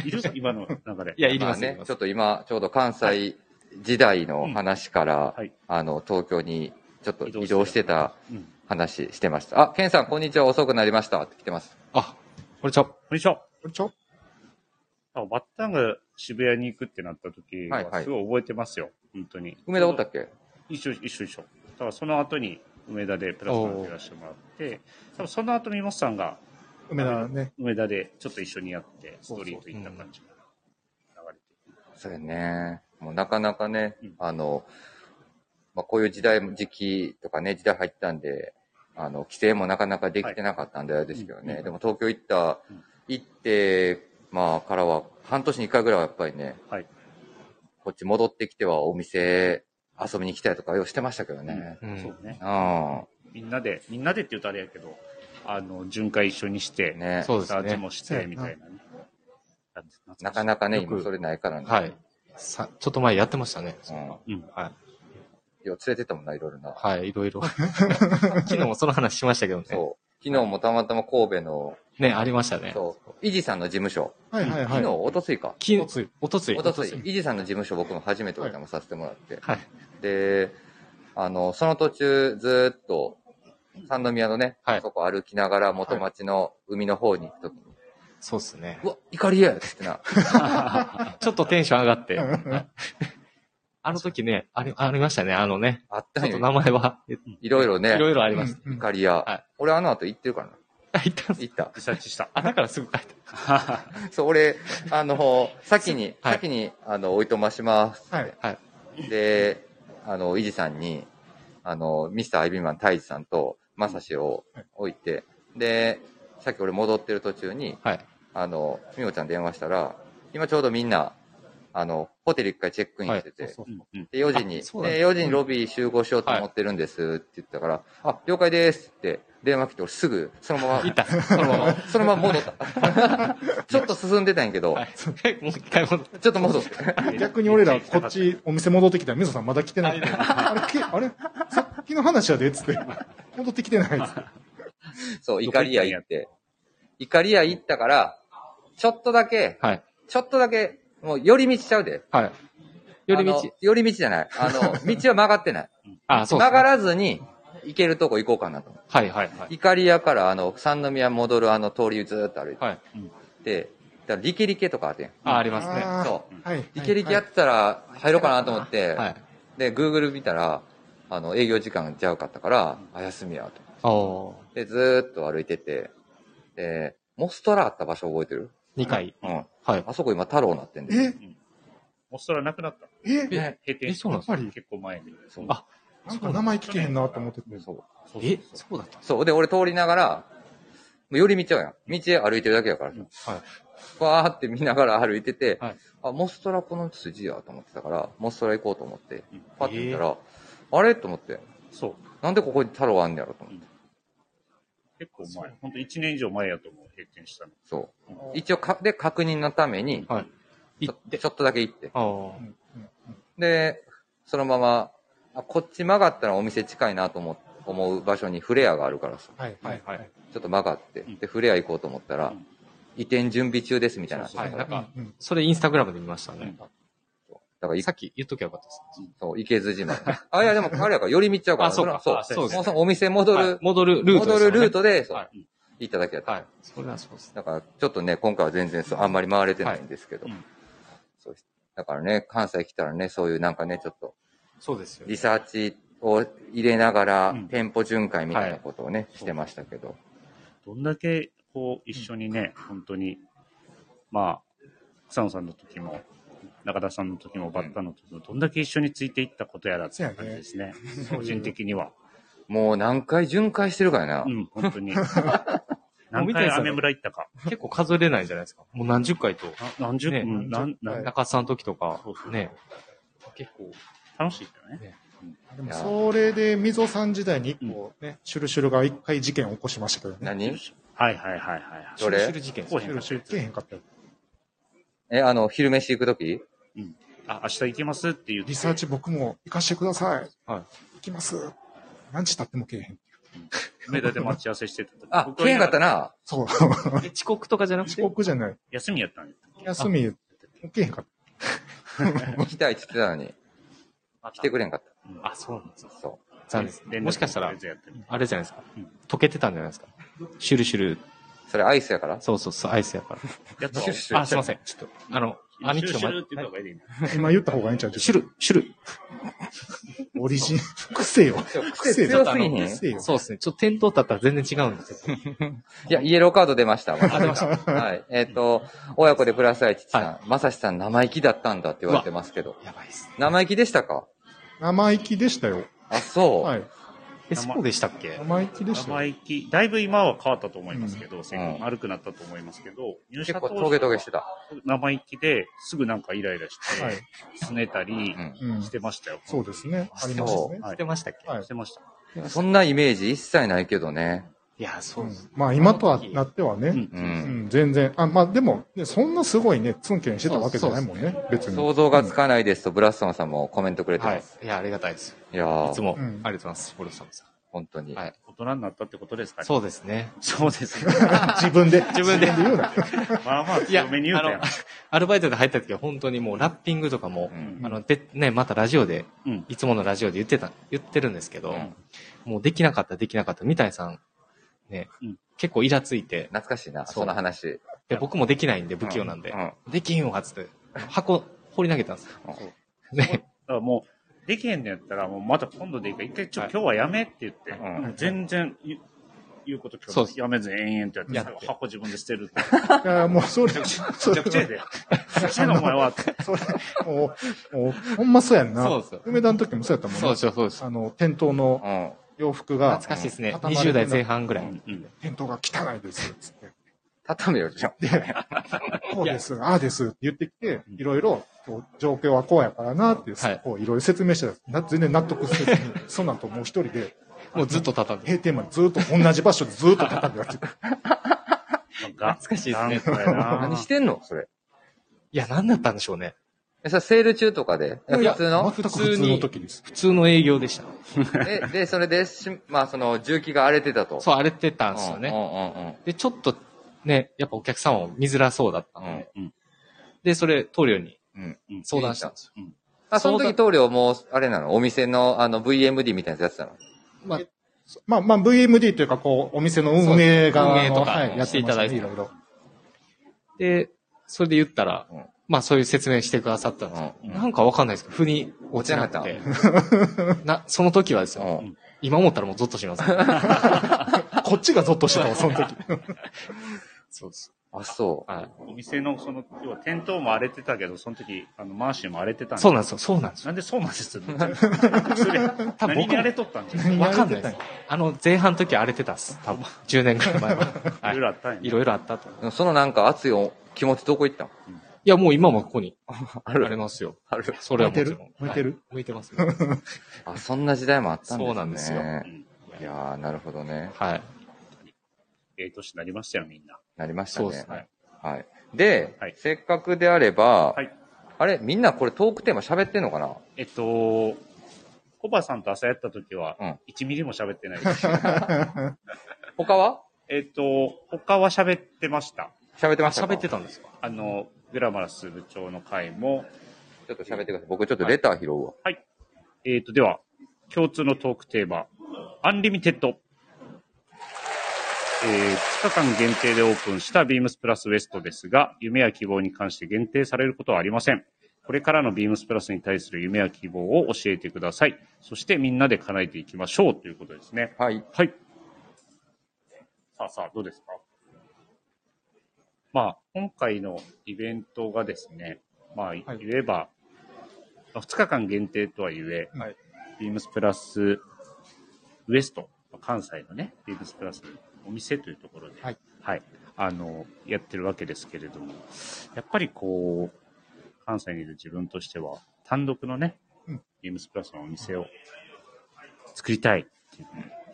Speaker 5: いる今の流れ。
Speaker 2: いや、いります
Speaker 1: ね
Speaker 2: ね。。
Speaker 1: ちょっと今、ちょうど関西時代の話から、
Speaker 5: うんはい
Speaker 1: あの、東京にちょっと
Speaker 5: 移動してた
Speaker 1: 移動してた
Speaker 5: うん。こ
Speaker 1: 話してました。あ、ケンさん、こんにちは。遅くなりました。って来てます。
Speaker 2: あ、これちゃ
Speaker 5: んにちは。
Speaker 3: ちょ
Speaker 5: あバッタンが渋谷に行くってなった時
Speaker 1: はいは
Speaker 5: はいすごい覚えてますよ。本当に。
Speaker 1: 梅田おったっけ
Speaker 5: 一緒、一緒、一緒。だからその後に梅田でプラスマンでやらせてもらって、多分その後三本さんが
Speaker 3: 梅田ね。
Speaker 5: 梅田でちょっと一緒にやって、ストリート行った感じが流れて
Speaker 1: そうやね。もうなかなかね
Speaker 5: うん、
Speaker 1: あの、まあ、こういう時代も、時期とかね、時代入ったんで、あの、規制もなかなかできてなかったんで、あれですけどね、
Speaker 5: うん
Speaker 1: でも東京行った
Speaker 5: うん、
Speaker 1: 行って、まあ、からは、半年に一回ぐらいはやっぱりね、
Speaker 5: はい
Speaker 1: こっち戻ってきてはお店遊びに来たりとかようしてましたけどね。
Speaker 2: うん
Speaker 5: そうね。
Speaker 1: うん。
Speaker 5: みんなで、みんなでって言うとあれやけど、あの、巡回一緒にして、
Speaker 1: ね。
Speaker 2: そうで
Speaker 5: サ
Speaker 2: す
Speaker 5: ーチ
Speaker 2: ね。
Speaker 5: もして、みたいなね。
Speaker 1: なかなかね、
Speaker 2: よく
Speaker 1: 今それないからね。
Speaker 2: はい。さ、ちょっと前やってましたね。
Speaker 1: うん。
Speaker 2: はい。
Speaker 1: いや、連れてったもんな、いろいろな。
Speaker 2: はい、いろ
Speaker 1: [LAUGHS]
Speaker 2: いろ。昨日もその話しましたけどね。
Speaker 1: そう。昨日もたまたま神戸の、
Speaker 2: ね、ありましたね。
Speaker 1: そう、イジさんの事務所。
Speaker 3: はいはいは
Speaker 1: 昨
Speaker 3: い。
Speaker 1: 日、おとついか。
Speaker 2: き
Speaker 3: おつゆ
Speaker 2: おとつい。
Speaker 1: おとつい、イジさんの事務所僕も初めてお邪魔させてもらって。
Speaker 2: はい。
Speaker 1: で、あの、その途中、ずーっと、三宮のね、
Speaker 2: はい
Speaker 1: そこ歩きながら元町の海の方に行くときに、
Speaker 2: そうっすね
Speaker 1: う。わ、怒りやってな。
Speaker 2: ちょっとテンション上がって。 [LAUGHS]
Speaker 3: うんうん
Speaker 2: はいあの時ね、あり、ありましたね。あのね。
Speaker 1: あっ
Speaker 2: ちょ
Speaker 1: た
Speaker 2: っ
Speaker 1: ん
Speaker 2: と
Speaker 1: よ。
Speaker 2: 名前は、い
Speaker 1: いろいろね、
Speaker 2: ろいろありました。
Speaker 3: うん
Speaker 1: 怒りや、
Speaker 2: はい
Speaker 1: 俺あの後行ってるからな。
Speaker 2: あ、行ったんす
Speaker 1: 行った。
Speaker 5: リサー
Speaker 2: [LAUGHS]
Speaker 5: チした。
Speaker 2: あ、だからすぐ帰った。
Speaker 1: [LAUGHS] そう、俺、あの、先に、
Speaker 2: [LAUGHS] はい
Speaker 1: 先に、あの、おいとまします。
Speaker 3: はい。
Speaker 2: はい。
Speaker 1: で、あの、イジさんに、あの、ミスターアイビーマン、タイジさんと、マサシを置いて、で、さっき俺戻ってる途中に、
Speaker 2: はい。
Speaker 1: あの、みおちゃん電話したら、今ちょうどみんな、あの、ホテル一回チェックインしてて、
Speaker 3: そうそう
Speaker 5: うんうん
Speaker 1: で、4時に、
Speaker 2: あそうなんだ
Speaker 1: で、4時にロビー集合しようと思ってるんですって言ったから、あ、了解ですって、電話来て、俺すぐ、そのまま、
Speaker 2: 行った。
Speaker 1: そのまま、そのまま戻った。
Speaker 2: [LAUGHS]
Speaker 1: ちょっと進んでたんやけど、
Speaker 2: はい。 [LAUGHS] もう一回戻って。
Speaker 1: ちょっと戻って。
Speaker 3: [LAUGHS] 逆に俺ら、こっち、お店戻ってきたら、みぞさんまだ来てない。あれ、けあれさっきの話やで、つって。戻ってきてない、つって。
Speaker 1: そう、
Speaker 5: ど
Speaker 1: 怒
Speaker 5: こ
Speaker 1: り
Speaker 5: 行っ
Speaker 1: 屋
Speaker 5: たんや
Speaker 1: 行って。怒り屋行ったから、ちょっとだけ、
Speaker 2: はい。
Speaker 1: ちょっとだけ、もう寄り道しちゃうで。
Speaker 2: はい。寄り
Speaker 1: あ
Speaker 2: 道
Speaker 1: の。寄り道じゃない。あ
Speaker 2: [LAUGHS]
Speaker 1: の、道は曲がってない。
Speaker 2: あ、そうっす
Speaker 1: 曲が
Speaker 2: ね。
Speaker 1: らずに、行けるとこ行こうかなと思って。
Speaker 2: はいはいはい。
Speaker 1: 怒り屋から、あの、三宮戻るあの通りずーっと歩いて。
Speaker 2: はい。
Speaker 1: で、だからリケリケとかあってん。
Speaker 2: あ、ありますね。
Speaker 3: あ
Speaker 1: そ
Speaker 3: ーはい。
Speaker 1: リケリケや
Speaker 3: は
Speaker 1: っ
Speaker 3: い
Speaker 1: てたら、入ろうかなと思って、
Speaker 2: はい。
Speaker 1: で、Google 見たら、あの、営業時間ちゃうかったから、あ、休みやと。
Speaker 2: おー。
Speaker 1: で、ずーっと歩いてて、で、モストラあった場所覚えてる
Speaker 2: 二回。
Speaker 1: うん。
Speaker 2: はい。
Speaker 1: あそこ今太郎なってんで。
Speaker 3: え
Speaker 5: モストラなくなった。
Speaker 3: え
Speaker 1: ね
Speaker 5: 閉店
Speaker 2: えそうなんです
Speaker 3: か
Speaker 5: 結構前に。
Speaker 1: そう
Speaker 2: あ
Speaker 3: なんか名前聞けへんなと思ってて。
Speaker 1: そう。
Speaker 5: そうそう
Speaker 2: え、
Speaker 5: そう
Speaker 2: そうだった。
Speaker 1: そう。で、俺通りながら、もう寄り道やん。道へ歩いてるだけやから
Speaker 5: うん
Speaker 1: さ。はい。わーって見ながら歩いてて、
Speaker 2: はい
Speaker 1: あ、モストラこの筋やと思ってたから、モストラ行こうと思って
Speaker 5: うん、
Speaker 1: パッて見たら、あれと思って、
Speaker 5: そう。
Speaker 1: なんでここに太郎あんねやろと思って。
Speaker 5: 結構前。本当1年以上前やと思う、閉店したの。
Speaker 1: そうう。一応か、で、確認のために、
Speaker 2: はい
Speaker 1: ち
Speaker 2: 行
Speaker 1: ょ
Speaker 2: って
Speaker 1: ち。ょっとだけ行って。
Speaker 2: あー
Speaker 3: うんうんうん
Speaker 1: で、そのまま、あ、こっち曲がったらお店近いなと思う思う場所にフレアがあるからさ。
Speaker 3: はいはいはい。
Speaker 1: ちょっと曲がって、
Speaker 5: うん
Speaker 1: で、フレア行こうと思ったら、
Speaker 5: うん
Speaker 1: 移転準備中ですみたいな。
Speaker 5: そう
Speaker 2: はい。
Speaker 5: そう
Speaker 2: なんか、
Speaker 3: うんうん
Speaker 2: それインスタグラムで見ましたね。
Speaker 1: だからい
Speaker 2: さっき言っときゃよかったです。
Speaker 1: そう、行けずじまい。あ、いや、でも、あれやから、寄り道ちゃうから。
Speaker 2: あそうか
Speaker 1: そ
Speaker 2: あそう
Speaker 1: そう。
Speaker 2: ですね
Speaker 1: もうそのお店戻る、
Speaker 2: はい戻るルートです
Speaker 1: 戻
Speaker 2: よね。
Speaker 1: るルートで、そう
Speaker 2: は、
Speaker 1: 行っただけやった。
Speaker 2: はい。それはそうですね。
Speaker 1: だから、ちょっとね、今回は全然そう、あんまり回れてないんですけど。
Speaker 5: はいうん
Speaker 1: そうですだからね、関西来たらね、そういうなんかね、ちょっと、
Speaker 2: そうですよね
Speaker 1: リ。サーチを入れながら、
Speaker 5: うん
Speaker 1: 店舗巡回みたいなことをね、してましたけど。
Speaker 5: どんだけ、こう、一緒にね、本当に、まあ、草野さんの時も、中田さんの時も、バッタの時も、どんだけ一緒についていったことやらって
Speaker 3: そうやね
Speaker 5: 感じですね。個人的には。
Speaker 1: もう何回巡回してるからな。
Speaker 5: うん、本当に。
Speaker 2: もう
Speaker 5: 何
Speaker 2: 見てん
Speaker 5: 回
Speaker 2: すよ
Speaker 5: 雨村行ったか。
Speaker 2: 結構数えないじゃないですか。もう何十回と。
Speaker 5: な何十、
Speaker 2: ね
Speaker 5: うん何、
Speaker 3: は
Speaker 5: 何
Speaker 3: い、
Speaker 2: 中津さんの時とか
Speaker 5: そうそ、う
Speaker 2: ね。結構。
Speaker 5: 楽しいよね。
Speaker 3: でもそれで、みぞさん時代に一個ね、シュルシュルが一回事件起こしましたけどね。
Speaker 1: 何
Speaker 5: はいはいはいはいはい。
Speaker 1: どれ
Speaker 2: シュルシュル事件です
Speaker 5: こう
Speaker 2: ね。
Speaker 3: シュル
Speaker 5: へんかっ
Speaker 3: シュル来えへんかったよ。
Speaker 1: え、あの、昼飯行くとき
Speaker 5: たあ、明日行きますって言って。
Speaker 3: リサーチ僕も行かしてください。
Speaker 2: はい
Speaker 3: 行きます。何時経っても来えへん。
Speaker 5: 梅田で待ち合わせしてた。
Speaker 1: あ、来えへんかった
Speaker 5: な。
Speaker 1: な。
Speaker 3: そう。 [LAUGHS]
Speaker 2: え遅刻とかじゃなく
Speaker 3: 遅
Speaker 2: て、
Speaker 3: 刻じゃない。
Speaker 5: 休みやったんや。
Speaker 3: 休み、来えへんかっ
Speaker 1: 行きたいって言ってたのに、来てくれんかっ
Speaker 5: うん
Speaker 2: あ、そうなんですよ。
Speaker 1: た。そう。
Speaker 2: 残念です。もしかしたら
Speaker 5: 連絡、取れずやってる
Speaker 2: あれじゃないですか
Speaker 5: うん。
Speaker 2: 溶けてたんじゃないですか。シュルシュル。
Speaker 1: それアイスやから
Speaker 2: そうそうそう、アイスやから。
Speaker 5: やっと
Speaker 1: シュルシュル
Speaker 2: あ、すいません。ちょっと、あの、兄貴と
Speaker 5: シュルシュル
Speaker 2: ま
Speaker 5: って言った方がいいでいいな
Speaker 3: た。今言った方がいいんちゃう
Speaker 2: シュル、シュル。
Speaker 3: オリジン。癖よ。癖
Speaker 1: 強
Speaker 3: よ。
Speaker 1: すぎひん
Speaker 3: 癖よ。
Speaker 2: そうですね。ちょっと店頭だったら全然違うんですよ。
Speaker 1: いや、イエローカード出ました。
Speaker 2: あ、出まし
Speaker 1: [LAUGHS]
Speaker 2: た。
Speaker 1: はい。えっ、と、親子でプラス愛父さん、まさしさん生意気だったんだって言われてますけど。
Speaker 2: やばいっすね。
Speaker 1: 生意気でしたか
Speaker 3: 生意気でしたよ。
Speaker 1: あ、そう。
Speaker 3: はい。
Speaker 2: え、そうでしたっけ
Speaker 3: 生意気でした
Speaker 5: 生
Speaker 3: よ。
Speaker 5: 意気。だいぶ今は変わったと思いますけど、性
Speaker 1: う
Speaker 5: 格
Speaker 1: ん
Speaker 5: 丸くなったと思いますけど、入
Speaker 1: 結
Speaker 5: 社
Speaker 1: 構
Speaker 5: 当
Speaker 1: トゲトゲして
Speaker 5: 初
Speaker 1: た。
Speaker 5: 生意気ですぐなんかイライラして、
Speaker 3: はい。
Speaker 5: 拗ねたり
Speaker 1: うん。
Speaker 3: うん
Speaker 5: し。てましたよ。
Speaker 3: そうですね。ありますね。
Speaker 5: はい
Speaker 2: してましたっけ
Speaker 3: はい
Speaker 5: してました。
Speaker 1: そんなイメージ一切ないけどね。
Speaker 2: いや、そううんです。
Speaker 3: まあ今とはなってはね、
Speaker 5: うん
Speaker 1: う。
Speaker 3: うんん、全然。あ、まあでも、ね、そんなすごいね、ツンケンしてたわけじゃないもんね、別に。
Speaker 1: 想像がつかないですと、ブラストンさんもコメントくれて
Speaker 2: は
Speaker 1: ま
Speaker 2: い
Speaker 1: す。。
Speaker 2: いや、ありがたいです。
Speaker 1: いや
Speaker 2: いつ
Speaker 1: ー、
Speaker 2: も、
Speaker 3: うん
Speaker 2: ありがとうございます、ボルサムさん。
Speaker 1: 本当に。
Speaker 2: はい
Speaker 5: 大人になったってことですかね。
Speaker 2: そうですね。
Speaker 5: そうですね。
Speaker 2: [LAUGHS]
Speaker 3: 自分で。
Speaker 2: 自分で
Speaker 3: 言うな。
Speaker 5: まあまあ
Speaker 2: いや、
Speaker 5: 強
Speaker 2: あ
Speaker 5: めに言うたや
Speaker 2: の
Speaker 5: ん。、
Speaker 2: アルバイトで入った時は本当にもうラッピングとかも
Speaker 1: う、ん。
Speaker 2: あの、で、ね、またラジオで、
Speaker 5: うん
Speaker 2: いつものラジオで言ってた、言ってるんですけど、
Speaker 1: うん
Speaker 2: もうできなかった、できなかった、三谷さん、ね、
Speaker 5: うん
Speaker 2: 結構イラついて、
Speaker 1: 懐かしいな、
Speaker 2: そう
Speaker 1: その話。
Speaker 2: で僕もできないんで、不器用なんで、
Speaker 1: うん
Speaker 2: できんわ、つって、箱、放り投げたんですよ。ね、
Speaker 5: だからもう、できへんのやったら、もうまた今度でいいから、一回ちょ、
Speaker 2: はい
Speaker 5: 今日はやめって言って、
Speaker 1: うん
Speaker 5: もう全然言う言うこと
Speaker 2: そう
Speaker 5: 今
Speaker 2: で
Speaker 5: 日
Speaker 2: す
Speaker 5: やめず延々とやって、
Speaker 2: や
Speaker 5: 最
Speaker 2: っ
Speaker 5: 後
Speaker 2: て
Speaker 5: 箱自分で捨てるって。
Speaker 3: いや、もうそれ、
Speaker 5: めちゃ
Speaker 3: そ
Speaker 5: くち
Speaker 3: れ
Speaker 5: ゃ、めちゃくちゃやで。せのお前はって。
Speaker 3: それ、もう、もう、ほんまそうやんな。
Speaker 2: そうですよ
Speaker 3: 梅田の時もそうやったもん
Speaker 2: そう
Speaker 3: ね
Speaker 2: で。しょ、そうです。
Speaker 3: あの、店頭の
Speaker 1: うん。
Speaker 3: 洋服が
Speaker 2: 懐、かしいですね。
Speaker 3: 畳まれ
Speaker 2: 20
Speaker 3: てな
Speaker 2: 代前半ぐらい。
Speaker 5: うん
Speaker 3: 店頭が汚いです、つって。
Speaker 1: 畳よ、じゃ
Speaker 3: こうです、ああですって言ってきて、いろいろ、こう状況はこうやからなって、
Speaker 2: はい
Speaker 3: こういろいろ説明してたな全然納得せずに、そんなんともう一人で、
Speaker 2: もうずっと畳んで。
Speaker 3: 閉店までずっと同じ場所でずっと叩くやってて、
Speaker 5: なんか、
Speaker 2: 懐かしいですね
Speaker 5: 頑固やな
Speaker 1: 何してんのそれ。
Speaker 2: いや、何だったんでしょうね。
Speaker 1: え、それセール中とかでえ
Speaker 2: いや
Speaker 1: 普通の
Speaker 3: 全く普通の時です。
Speaker 2: 普通の営業でした。
Speaker 1: え、で、それで、しまあ、その、重機が荒れてたと。
Speaker 2: そう、荒れてた
Speaker 1: うん
Speaker 2: ですよね。
Speaker 1: うんうんうん。
Speaker 2: で、ちょっと、ね、やっぱお客様も見づらそうだったので、
Speaker 5: うんうん
Speaker 2: で、それ、棟梁に
Speaker 1: うん。
Speaker 2: 相談したんですよ。
Speaker 1: あ、その
Speaker 2: そ
Speaker 1: 時
Speaker 2: うだ
Speaker 1: 棟梁も、あれなのお店の、あの、VMD みたいなやつやってたの
Speaker 2: まあ、
Speaker 3: まあまあ VMD というか、こう、お店の運営
Speaker 2: そ
Speaker 3: 側
Speaker 2: う運営
Speaker 3: の、
Speaker 2: とか
Speaker 3: はい、やってましたね、
Speaker 2: してい
Speaker 3: い
Speaker 2: ただ
Speaker 3: ろいろ。
Speaker 2: で、それで言ったら、
Speaker 1: うん
Speaker 2: まあそういう説明してくださったんですよ。
Speaker 1: うん
Speaker 2: なんかわかんないですけど、腑に落ちなくて。 [LAUGHS] な、その時はですよ。
Speaker 1: うん。
Speaker 2: 今思ったらもうゾッとします。
Speaker 3: こっちがゾッとしてたわ、その時。
Speaker 2: そうです。
Speaker 1: あ、そう。
Speaker 2: はい。
Speaker 5: お店の、その、要は店頭も荒れてたけど、その時、あの、マーシーも荒れてたんで
Speaker 2: そうなんですよ。そうなんですよ。
Speaker 5: なんでそうなんですって言ってんのそれ
Speaker 2: 僕も
Speaker 5: 何に荒れとったんじゃ
Speaker 3: 何
Speaker 2: わかんないです。あの、前半の時は荒れてたっす。多分。10年ぐらい前は。
Speaker 5: いろい
Speaker 2: は
Speaker 5: ろあったんや
Speaker 2: い。いろいろあったと。い
Speaker 1: でもそのなんか熱いお気持ちどこ行ったの
Speaker 2: や、もう今もここに
Speaker 1: あ
Speaker 2: [LAUGHS] ありますよ。
Speaker 1: ある。
Speaker 2: それ
Speaker 3: 向
Speaker 2: はいもち
Speaker 3: て
Speaker 2: ろ
Speaker 3: る
Speaker 2: ん。
Speaker 3: 向
Speaker 2: 向
Speaker 3: いてる
Speaker 2: いてますね。
Speaker 1: あ、そんな時代もあったんですね。
Speaker 2: そうなんですよ
Speaker 1: いやー、なるほどね。
Speaker 2: はい。
Speaker 5: ええ年になりましたよ、みんな。
Speaker 1: なりました
Speaker 2: そうで
Speaker 1: ね
Speaker 2: す。ね。
Speaker 1: はい。で、
Speaker 5: はい
Speaker 1: せっかくであれば、
Speaker 5: はい
Speaker 1: あれ、みんなこれトークテーマ喋ってんのかな
Speaker 5: えっと、コバさんと朝やった時は
Speaker 1: うん、
Speaker 5: 1ミリも喋ってないです。
Speaker 1: 他は
Speaker 5: えっと、他は喋ってました。
Speaker 1: 喋ってましたか
Speaker 2: 喋ってたんですか
Speaker 5: あの、グラマラス部長の会も、
Speaker 1: ちょっと喋ってください。僕ちょっとレター拾うわ。
Speaker 5: えっと、では、共通のトークテーマ、アンリミテッド。えー2日間限定でオープンしたビームスプラスウエストですが、夢や希望に関して限定されることはありません。これからのビームスプラスに対する夢や希望を教えてください。そしてみんなで叶えていきましょうということですね。
Speaker 1: はい。
Speaker 5: はい。さあさあ、どうですかまあ、今回のイベントがですね、まあ、言
Speaker 3: はい
Speaker 5: えば、まあ2日間限定とはいえ、
Speaker 3: はい
Speaker 5: ビームスプラスウエスト、まあ関西のね、ビームスプラスのお店というところで、
Speaker 3: はい
Speaker 5: あの、やってるわけですけれども、やっぱりこう、関西にいる自分としては、単独のね、
Speaker 3: うん
Speaker 5: ビームスプラスのお店を作りたいっていう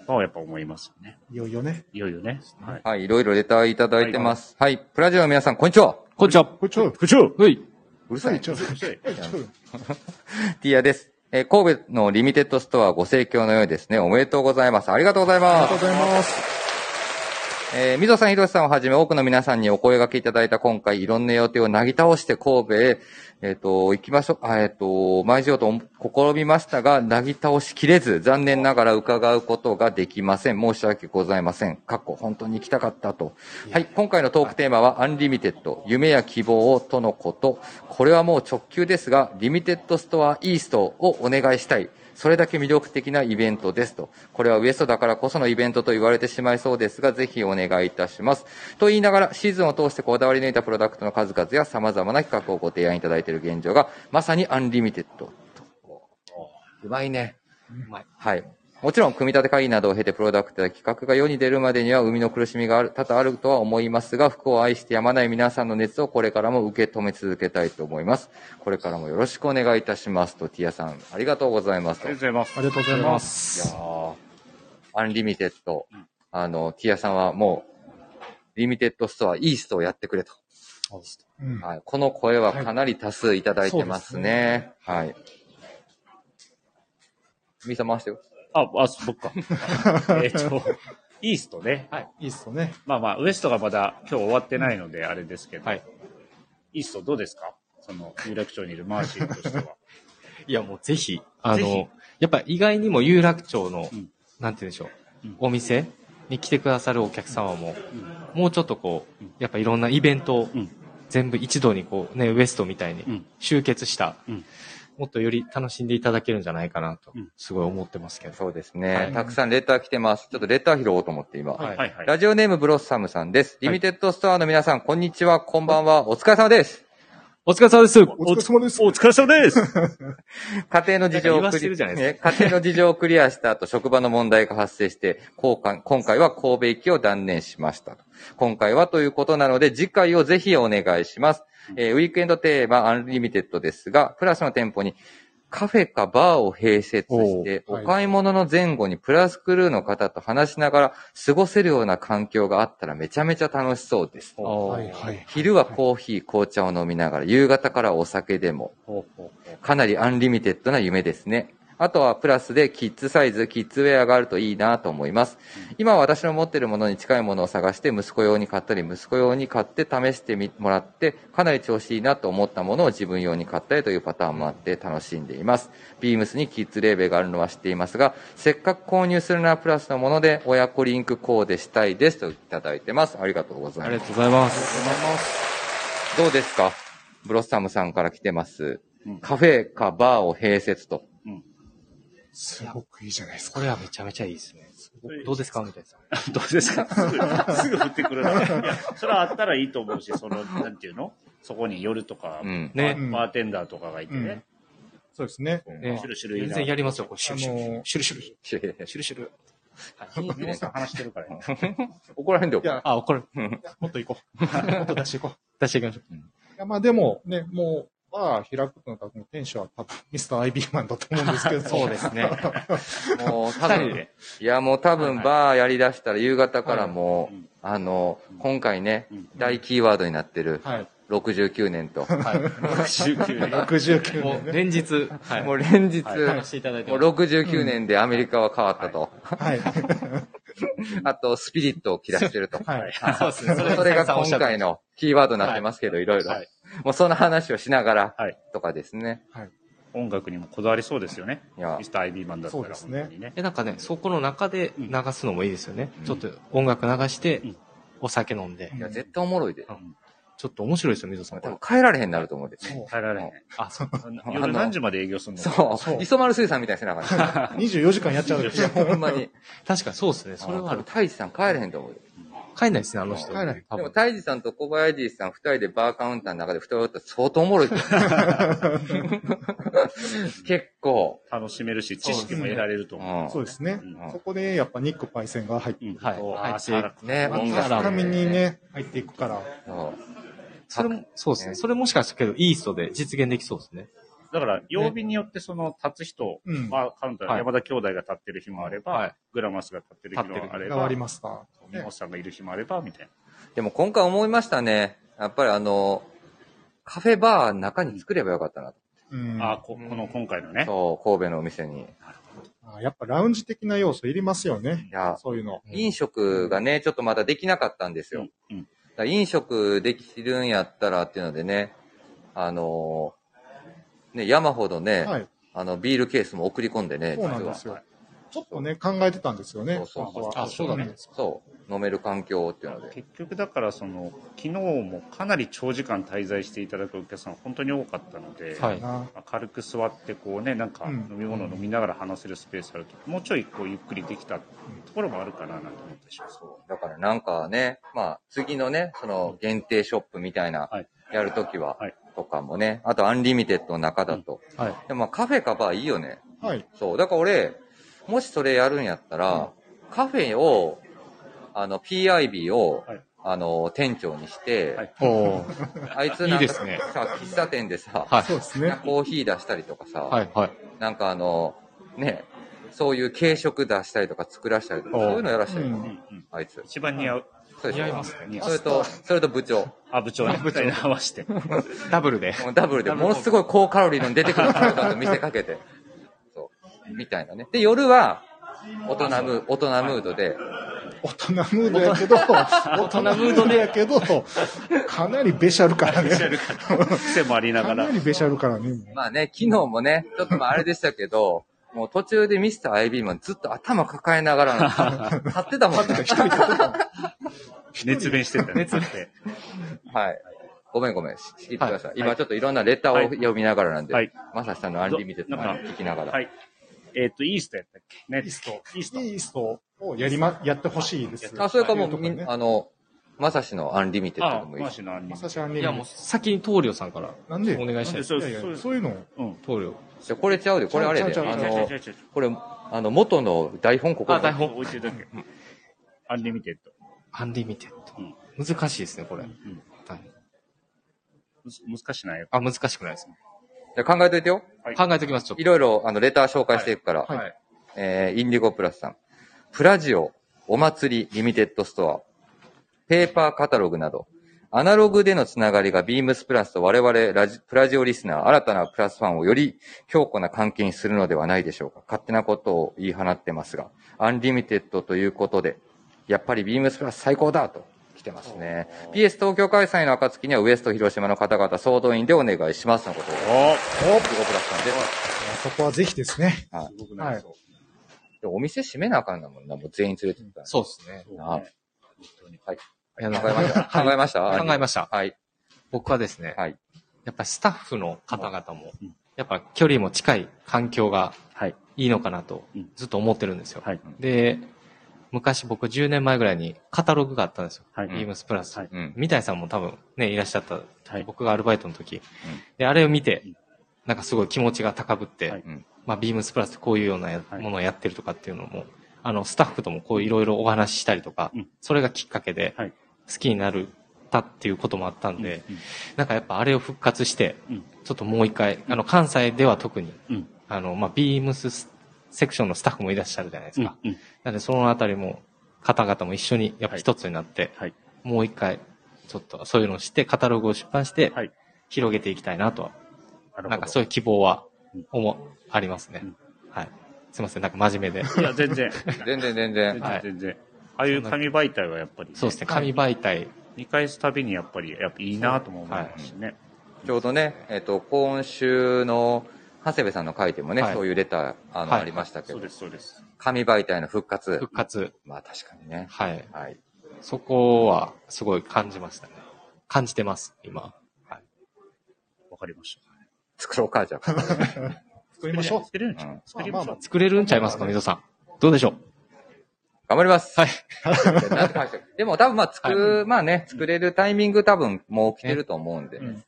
Speaker 5: のはやっぱ思いますよね。
Speaker 3: いよいよね。
Speaker 5: いよいよね。はい。
Speaker 1: はい、いろいろレターいただいてます。はい。プラジオの皆さん、こんにちは。
Speaker 2: こんにちは。
Speaker 3: これちょ、
Speaker 5: 副長
Speaker 2: はい。
Speaker 1: うるさい。
Speaker 3: ちょ、ちょ、ちょ、
Speaker 1: ティアです。えー神戸のリミテッドストアご盛況のようですね。おめでとうございます。ありがとうござい
Speaker 3: あり
Speaker 1: ま
Speaker 3: がとう
Speaker 1: す。
Speaker 3: ございます。
Speaker 1: えー、みぞさん、ひろしさんをはじめ多くの皆さんにお声掛けいただいた今回、いろんな予定をなぎ倒して神戸へ、えっ、と、行きましょう、あえっ、と、毎日ようと試みましたが、なぎ倒しきれず、残念ながら伺うことができません。申し訳ございません。かっこ、本当に行きたかったと。はい、今回のトークテーマは、アンリミテッド、夢や希望をとのこと。これはもう直球ですが、リミテッドストアイーストをお願いしたい。それだけ魅力的なイベントですと。これはウエストだからこそのイベントと言われてしまいそうですが、ぜひお願いいたします。と言いながら、シーズンを通してこだわり抜いたプロダクトの数々や様々な企画をご提案いただいている現状が、まさにアンリミテッドと。うまいね。
Speaker 2: うまい。
Speaker 1: はい。もちろん、組み立て会議などを経てプロダクトや企画が世に出るまでには生みの苦しみがある多々あるとは思いますが、服を愛してやまない皆さんの熱をこれからも受け止め続けたいと思います。これからもよろしくお願いいたしますと、ティアさん、ありがとうございます
Speaker 5: あ
Speaker 1: と。
Speaker 5: り
Speaker 1: い
Speaker 5: がとうございます。
Speaker 3: ありがとうございます。
Speaker 1: やーアンリミテッド。あの、ティアさんはもう、リミテッドストア、イーストをやってくれと。
Speaker 3: うん
Speaker 1: はい、この声はかなり多数いただいてますね。はい。みーさん回してよ。
Speaker 5: あ、あ、そ [LAUGHS] っか。えっと、イーストね。
Speaker 3: いいっすよね。
Speaker 5: まあまあ、ウエストがまだ今日終わってないので、あれですけど、
Speaker 2: はい
Speaker 5: イーストどうですかその、有楽町にいるマーシーとしては。
Speaker 2: いや、もうぜひ、あ
Speaker 5: ぜひ
Speaker 2: の、やっぱ意外にも有楽町の、
Speaker 5: うん
Speaker 2: なんて言うんでしょう、
Speaker 5: うん
Speaker 2: お店に来てくださるお客様も、
Speaker 5: うん
Speaker 2: もうちょっとこう
Speaker 5: うん、
Speaker 2: やっぱいろんなイベントを
Speaker 5: うん
Speaker 2: 全部一度にこう、ね、ウエストみたいに
Speaker 5: うん
Speaker 2: 集結した、
Speaker 5: うん
Speaker 2: もっとより楽しんでいただけるんじゃないかなと
Speaker 5: うん、
Speaker 2: すごい思ってますけど。
Speaker 1: そうですね、
Speaker 2: はい
Speaker 1: たくさんレター来てます。ちょっとレター拾おうと思って今。
Speaker 2: はい
Speaker 5: はいはい。
Speaker 1: ラジオネームブロッサムさんです。リミテッドストアの皆さん、こんにちは、こんばんは、お疲れ様です。
Speaker 2: お疲れ様です
Speaker 3: お疲れ様です。
Speaker 5: お疲れ様です
Speaker 1: 家庭の事情を
Speaker 2: な
Speaker 1: ク
Speaker 2: んか言わせてる
Speaker 1: リ
Speaker 2: じゃないで
Speaker 1: え家庭の事情をクリアした後、職場の問題が発生して、こうか今回は神戸行きを断念しました。今回はということなので、次回をぜひお願いします。えーウィークエンドテーマ、アンリミテッドですが、プラスの店舗にカフェかバーを併設して、
Speaker 3: おーはい
Speaker 1: お買い物の前後にプラスクルーの方と話しながら過ごせるような環境があったらめちゃめちゃ楽しそうです。
Speaker 3: はいはい。
Speaker 1: 昼はコーヒー、紅茶を飲みながら、夕方からお酒でも、
Speaker 5: ほうほうほう
Speaker 1: かなりアンリミテッドな夢ですね。あとはプラスでキッズサイズ、キッズウェアがあるといいなと思います。今は私の持っているものに近いものを探して息子用に買ったり、息子用に買って試してみもらって、かなり調子いいなと思ったものを自分用に買ったりというパターンもあって楽しんでいます。ビームスにキッズレーベルがあるのは知っていますが、せっかく購入するならプラスのもので親子リンクコーデしたいですといただいてます。ありがとうござ
Speaker 2: あ
Speaker 1: い
Speaker 2: り
Speaker 1: ま
Speaker 2: がとうございます。
Speaker 1: す。どうですかブロッサムさんから来てます。
Speaker 5: うん
Speaker 1: カフェかバーを併設と。
Speaker 3: すごくいいじゃないですか。
Speaker 2: これはめちゃめちゃいいですね。どうですかみたいな。
Speaker 5: どうですかすぐ、すぐ降ってくるな。いや、それはあったらいいと思うし、その、なんていうのそこに夜とか、
Speaker 1: うん。
Speaker 5: ね、
Speaker 3: うん
Speaker 5: バーテンダーとかがいて
Speaker 3: うん
Speaker 5: ね。。
Speaker 3: そうですね。
Speaker 2: ね
Speaker 5: シュルシュルいい
Speaker 2: 全
Speaker 5: な。
Speaker 2: 然やりますよ、これ。シュルシュ
Speaker 3: あのー
Speaker 2: ル。シュルシュル。シ
Speaker 1: いやいやいや
Speaker 2: ュルシュル。
Speaker 5: 宮本さん話してるから今。
Speaker 1: 怒らへんでよ
Speaker 3: い。や、
Speaker 2: あ、 [LAUGHS] これ、
Speaker 3: もっと行こう。もっと出していこう。
Speaker 2: [LAUGHS] 出していきましょう。
Speaker 3: いや、まあでもね、もう、バー開くとなったら、もう店主は多分、ミスターアイビーマンだと思うんですけど。
Speaker 2: [LAUGHS] そうですね。
Speaker 1: もう多
Speaker 2: 二人
Speaker 1: 分
Speaker 2: で、。
Speaker 1: いやもう多分バーやりだしたら夕方からもう
Speaker 5: はい、
Speaker 1: あの、今回ね
Speaker 5: うん、
Speaker 1: 大キーワードになってる
Speaker 3: はい。
Speaker 1: 69年と、
Speaker 5: 69年。
Speaker 3: 69
Speaker 2: もう
Speaker 3: [LAUGHS] 年ね。
Speaker 2: 連日、はい。
Speaker 1: もう連日、
Speaker 5: はい
Speaker 2: 話していただいて
Speaker 1: もう
Speaker 2: ます。
Speaker 1: 69年でアメリカは変わったと、
Speaker 3: はい。
Speaker 1: あとスピリットを切らしてると。
Speaker 3: はい。
Speaker 2: そうですね。
Speaker 1: それが今回のキーワードになってますけど、いろいろ
Speaker 5: はい。
Speaker 1: もうその話をしながら
Speaker 5: はい、
Speaker 1: とかですね。
Speaker 5: [LAUGHS] 音楽にもこだわりそうですよね。
Speaker 1: いや
Speaker 5: ミスターアイビーマンだった
Speaker 3: そう
Speaker 5: ら
Speaker 3: です
Speaker 5: 本
Speaker 3: ね
Speaker 5: 当にね。
Speaker 2: え、なんかね、そこの中で
Speaker 5: うん
Speaker 2: 流すのもいいですよね。
Speaker 1: うん
Speaker 2: ちょっと音楽流して、
Speaker 5: うん
Speaker 2: お酒飲んで
Speaker 3: う
Speaker 1: い
Speaker 3: ん。
Speaker 1: や、絶対おもろいで。
Speaker 2: ちょっと面白いですよ、水戸さ
Speaker 1: 多
Speaker 2: ん。これ
Speaker 1: 分帰られへんなると思うで。
Speaker 3: そう。
Speaker 5: 帰られへん。
Speaker 2: あ、そう。
Speaker 5: 夜何時まで営業するの
Speaker 1: そう。磯丸水産みたいにしてなかった。
Speaker 3: 24時間やっちゃうでしょ。
Speaker 1: ほんまに。
Speaker 2: 確かにそうですね。そ
Speaker 1: そ
Speaker 2: れ
Speaker 1: れ
Speaker 2: は
Speaker 1: は
Speaker 2: あ
Speaker 1: 多
Speaker 2: る
Speaker 1: 分、。太一さん帰れへんと思うで。
Speaker 2: 帰んないですね、あの人。
Speaker 3: 帰らない
Speaker 2: 多
Speaker 1: でも、
Speaker 2: 分。
Speaker 1: タイジさんと小林さん二人でバーカウンターの中で二人おったら相当おもろいと思う。結構。
Speaker 5: 楽しめるし、知識も得られると
Speaker 1: う
Speaker 5: 思う。
Speaker 1: ん。
Speaker 3: そうですね
Speaker 5: うん
Speaker 3: そこで、やっぱニックパイセンが入って、
Speaker 5: うん
Speaker 2: はい
Speaker 5: そう
Speaker 2: はい
Speaker 5: あーさら
Speaker 1: ね、
Speaker 3: まあ
Speaker 1: 音楽
Speaker 3: 深みに。ね、入っていくから。
Speaker 1: そう
Speaker 2: それも、そうですね。それもしかしたけど、イーストで実現できそうですね。
Speaker 5: だから、曜日によってその、立つ人、
Speaker 3: うん
Speaker 5: まあ、カウンター
Speaker 2: は
Speaker 5: の
Speaker 2: い
Speaker 5: 山田兄弟が立ってる日もあれ
Speaker 2: は
Speaker 5: ば
Speaker 2: い、
Speaker 5: グラマスが立ってる日もあれ
Speaker 3: 変わ
Speaker 5: ば、
Speaker 3: りました。
Speaker 5: 美穂さんがいる日もあれば、みたい
Speaker 1: でも今回思いましたね。やっぱりあの、カフェバー中に作ればよかったな。
Speaker 3: うん。
Speaker 5: な。あー
Speaker 3: あ
Speaker 5: ここの今回のね。
Speaker 1: そう、神戸のお店に。
Speaker 3: やっぱラウンジ的な要素いりますよね
Speaker 1: い。や、
Speaker 3: そういうの。
Speaker 1: 飲食がね、ちょっとまだできなかったんですよ。
Speaker 5: うんうん
Speaker 1: だから飲食できるんやったらっていうのでね、あのーね、山ほどね、
Speaker 3: はい。
Speaker 1: あの、ビールケースも送り込んでね、
Speaker 3: そうなん
Speaker 1: 実
Speaker 3: で
Speaker 1: は
Speaker 3: すよ。ちょっとね、考えてたんですよね。
Speaker 1: そうそうそう
Speaker 3: 本当は
Speaker 2: あそうだね
Speaker 1: そう、飲める環境っていうので。
Speaker 5: 結局だからその昨日もかなり長時間滞在していただくお客さん本当に多かったので、
Speaker 2: はい。
Speaker 3: な
Speaker 5: 軽く座ってこうねなんか
Speaker 3: うん
Speaker 5: 飲み物飲みながら話せるスペースあると、もうちょいこうゆっくりできたところもあるかななんて思ったりします
Speaker 1: だからなんかね、まあ、次のね、その限定ショップみたいな
Speaker 5: はい、
Speaker 1: やるときは
Speaker 5: はい、
Speaker 1: とかもね、あとアンリミテッドの中だと。
Speaker 2: はい。
Speaker 1: でもまあ、カフェかバーいいよね。
Speaker 3: はい。
Speaker 1: そう。だから俺、もしそれやるんやったら、カフェを、あの、PIB を、
Speaker 5: はい
Speaker 1: あの、店長にして、
Speaker 5: はい
Speaker 2: おー
Speaker 1: あいつなん
Speaker 2: い
Speaker 1: か
Speaker 2: いですね
Speaker 1: さ、喫茶店でさ、
Speaker 2: はい
Speaker 3: そうです
Speaker 1: なん
Speaker 3: ね
Speaker 1: か。コーヒー出したりとかさ、
Speaker 2: はいはい。
Speaker 1: なんかあの、ね、そういう軽食出したりとか作らしたりとか、
Speaker 2: おう
Speaker 1: そういうのやらしたり、
Speaker 3: う
Speaker 5: うんん
Speaker 1: あいつ。
Speaker 5: 一番似合う。
Speaker 1: そうでしょ
Speaker 2: 似合いますね
Speaker 5: 似合
Speaker 1: そうれと、それと部長。
Speaker 5: あ、部長に二人に合わせて。
Speaker 2: ダブルで。
Speaker 1: もうダブルで、ものすごい高カロリーの出てくるカと見せかけて。そう。みたいなね。で、夜は、大人ムー、大人ムードで、
Speaker 3: 大人ムードやけど、大人ムードやけど、かなりべしゃる
Speaker 5: [LAUGHS]
Speaker 3: からね。
Speaker 5: 癖もありな
Speaker 3: か
Speaker 5: がら
Speaker 3: [LAUGHS] な。りべしゃるからね。
Speaker 1: まあね、昨日もね、ちょっとまああれでしたけど、もう途中でミスター IB マンずっと頭抱えながら、立ってたもんね。
Speaker 5: 熱弁してたね。熱弁。
Speaker 1: はい。ごめんごめん、し仕切ってください。
Speaker 5: はい
Speaker 1: 今ちょっといろんなレターを読みながらなんで、
Speaker 5: はい
Speaker 1: まさしさんのアンリミテッドの
Speaker 5: はい
Speaker 1: 聞きながら。
Speaker 5: はい。えっと、イーストやったっけね。
Speaker 3: イースト。
Speaker 5: イースト。
Speaker 3: イーストをやりま、やってほしいです。
Speaker 1: あ、それかも
Speaker 3: と
Speaker 1: う、
Speaker 3: ね
Speaker 1: みんあの、まさしのアンリミテッド
Speaker 5: あ
Speaker 1: で、もいい
Speaker 5: マ
Speaker 1: し。
Speaker 5: シのアン
Speaker 3: ま
Speaker 5: ニ
Speaker 3: さしあんね
Speaker 2: いやもう先に棟梁さんから
Speaker 3: なんで
Speaker 2: お願いしたい
Speaker 5: で
Speaker 2: です。
Speaker 5: そう
Speaker 3: いやいや
Speaker 5: そう
Speaker 3: そういうのを
Speaker 5: うん。
Speaker 2: 棟梁。
Speaker 1: じゃあこれちゃうで、これあれ
Speaker 3: ち
Speaker 1: で、
Speaker 3: ゃうちゃ
Speaker 1: あ
Speaker 3: うちゃう
Speaker 1: の
Speaker 5: 違う違う違う違う、
Speaker 1: これ、あの、元の台本ここに
Speaker 2: あ台本
Speaker 5: 置いてるだけ。アンリミテッド。
Speaker 2: アンリミテッ
Speaker 5: うん
Speaker 2: ド。難しいですね、これ。
Speaker 5: ん
Speaker 2: はい
Speaker 5: むず難しないよ。
Speaker 2: あ、難しくないですね。
Speaker 1: じゃあ考えといてよ。
Speaker 5: はい
Speaker 2: 考えときます、ちょっ
Speaker 1: いろいろ、あの、レター紹介していくから。
Speaker 3: はいは
Speaker 1: えーインディゴプラスさん。プラジオ、お祭り、リミテッドストア、ペーパーカタログなど、アナログでのつながりがビームスプラスと我々ラジ、プラジオリスナー、新たなプラスファンをより強固な関係にするのではないでしょうか。勝手なことを言い放ってますが、アンリミテッドということで、やっぱりビームスプラス最高だと来てますね。PS 東京開催の暁にはウエスト広島の方々総動員でお願いしますのことを。
Speaker 5: お
Speaker 1: おプラスさんです。
Speaker 3: そこはぜひですね。
Speaker 5: すごくないそう。
Speaker 1: でお店閉めなあかんなもんな、もう全員連れてったら
Speaker 2: と。そうですね。
Speaker 5: そうね
Speaker 1: あ
Speaker 2: いや
Speaker 1: 考えました。考えました
Speaker 2: 考えました。
Speaker 1: はい。
Speaker 2: 僕はですね、
Speaker 1: はい。
Speaker 2: やっぱスタッフの方々も
Speaker 5: うん、
Speaker 2: やっぱ距離も近い環境が
Speaker 5: はい。
Speaker 2: いいのかなと
Speaker 5: うん、
Speaker 2: ずっと思ってるんですよ。
Speaker 5: はい。
Speaker 2: で、昔僕10年前ぐらいにカタログがあったんですよ。
Speaker 5: は
Speaker 2: ビー
Speaker 5: い。
Speaker 2: ムスプラス
Speaker 5: はい。
Speaker 1: うん。
Speaker 2: 三谷さんも多分ね、いらっしゃった。
Speaker 5: はい。
Speaker 2: 僕がアルバイトの時。で、あれを見て
Speaker 5: うん、
Speaker 2: なんかすごい気持ちが高ぶっ
Speaker 5: は
Speaker 2: て
Speaker 5: い、
Speaker 1: うん。
Speaker 2: まあ、ビームスプラスってこういうようなや
Speaker 5: はい
Speaker 2: ものをやってるとかっていうのも、あの、スタッフともこういろいろお話ししたりとか
Speaker 5: うん、
Speaker 2: それがきっかけで
Speaker 5: はい、
Speaker 2: 好きになる、たっていうこともあったんで、
Speaker 5: うん
Speaker 2: なんかやっぱあれを復活して
Speaker 5: うん、
Speaker 2: ちょっともう一回、あの、関西では特に
Speaker 5: うん、
Speaker 2: あの、まあ、ビームスセクションのスタッフもいらっしゃるじゃないです
Speaker 5: うん
Speaker 2: か。なので、そのあたりも、方々も一緒に、やっぱ一つになって、
Speaker 5: はい
Speaker 2: もう一回、ちょっとそういうのをして、カタログを出版して、
Speaker 5: はい
Speaker 2: 広げていきたいなとは、
Speaker 5: うん。
Speaker 2: な
Speaker 5: なんん
Speaker 2: か
Speaker 5: か
Speaker 2: そ
Speaker 5: そう
Speaker 2: いう希望は
Speaker 5: うん、
Speaker 2: 思、ありますね、
Speaker 5: うん
Speaker 2: はい。すいません、なんか真面目
Speaker 5: [LAUGHS]
Speaker 2: で。
Speaker 5: う。いや、全然。
Speaker 1: 全然全然。
Speaker 5: 全然、全然。ああいう紙媒体はやっぱり、
Speaker 2: そうですね、紙媒体、
Speaker 5: 見返すたびにやっぱり、やっぱいいなとも思いますしね。
Speaker 1: ちょうどね、えっ、と、今週の、長谷部さんの書いてもね、
Speaker 2: はい
Speaker 1: そういうレター、あの、
Speaker 2: はい
Speaker 1: ありましたけ
Speaker 5: そ
Speaker 1: ど
Speaker 5: うで、す、そうです。
Speaker 1: 紙媒体の復活。
Speaker 2: 復活、
Speaker 1: まあ確かにね。
Speaker 2: はい。
Speaker 1: はい。
Speaker 2: そこは、すごい感じましたね。感じてます、今。
Speaker 5: わかりまし
Speaker 1: 作ろうか、じゃあ。
Speaker 3: 作り
Speaker 5: た。
Speaker 3: ましょう。
Speaker 5: 作れるんちゃ
Speaker 1: うん
Speaker 5: う作りましょう。
Speaker 2: 作れるんちゃいますか、水戸さん。どうでしょう
Speaker 1: 頑張ります。
Speaker 2: はい
Speaker 1: なんて返してでも多分まあ作る、まあね、作れるタイミング多分もう来てると思うんで、
Speaker 5: うん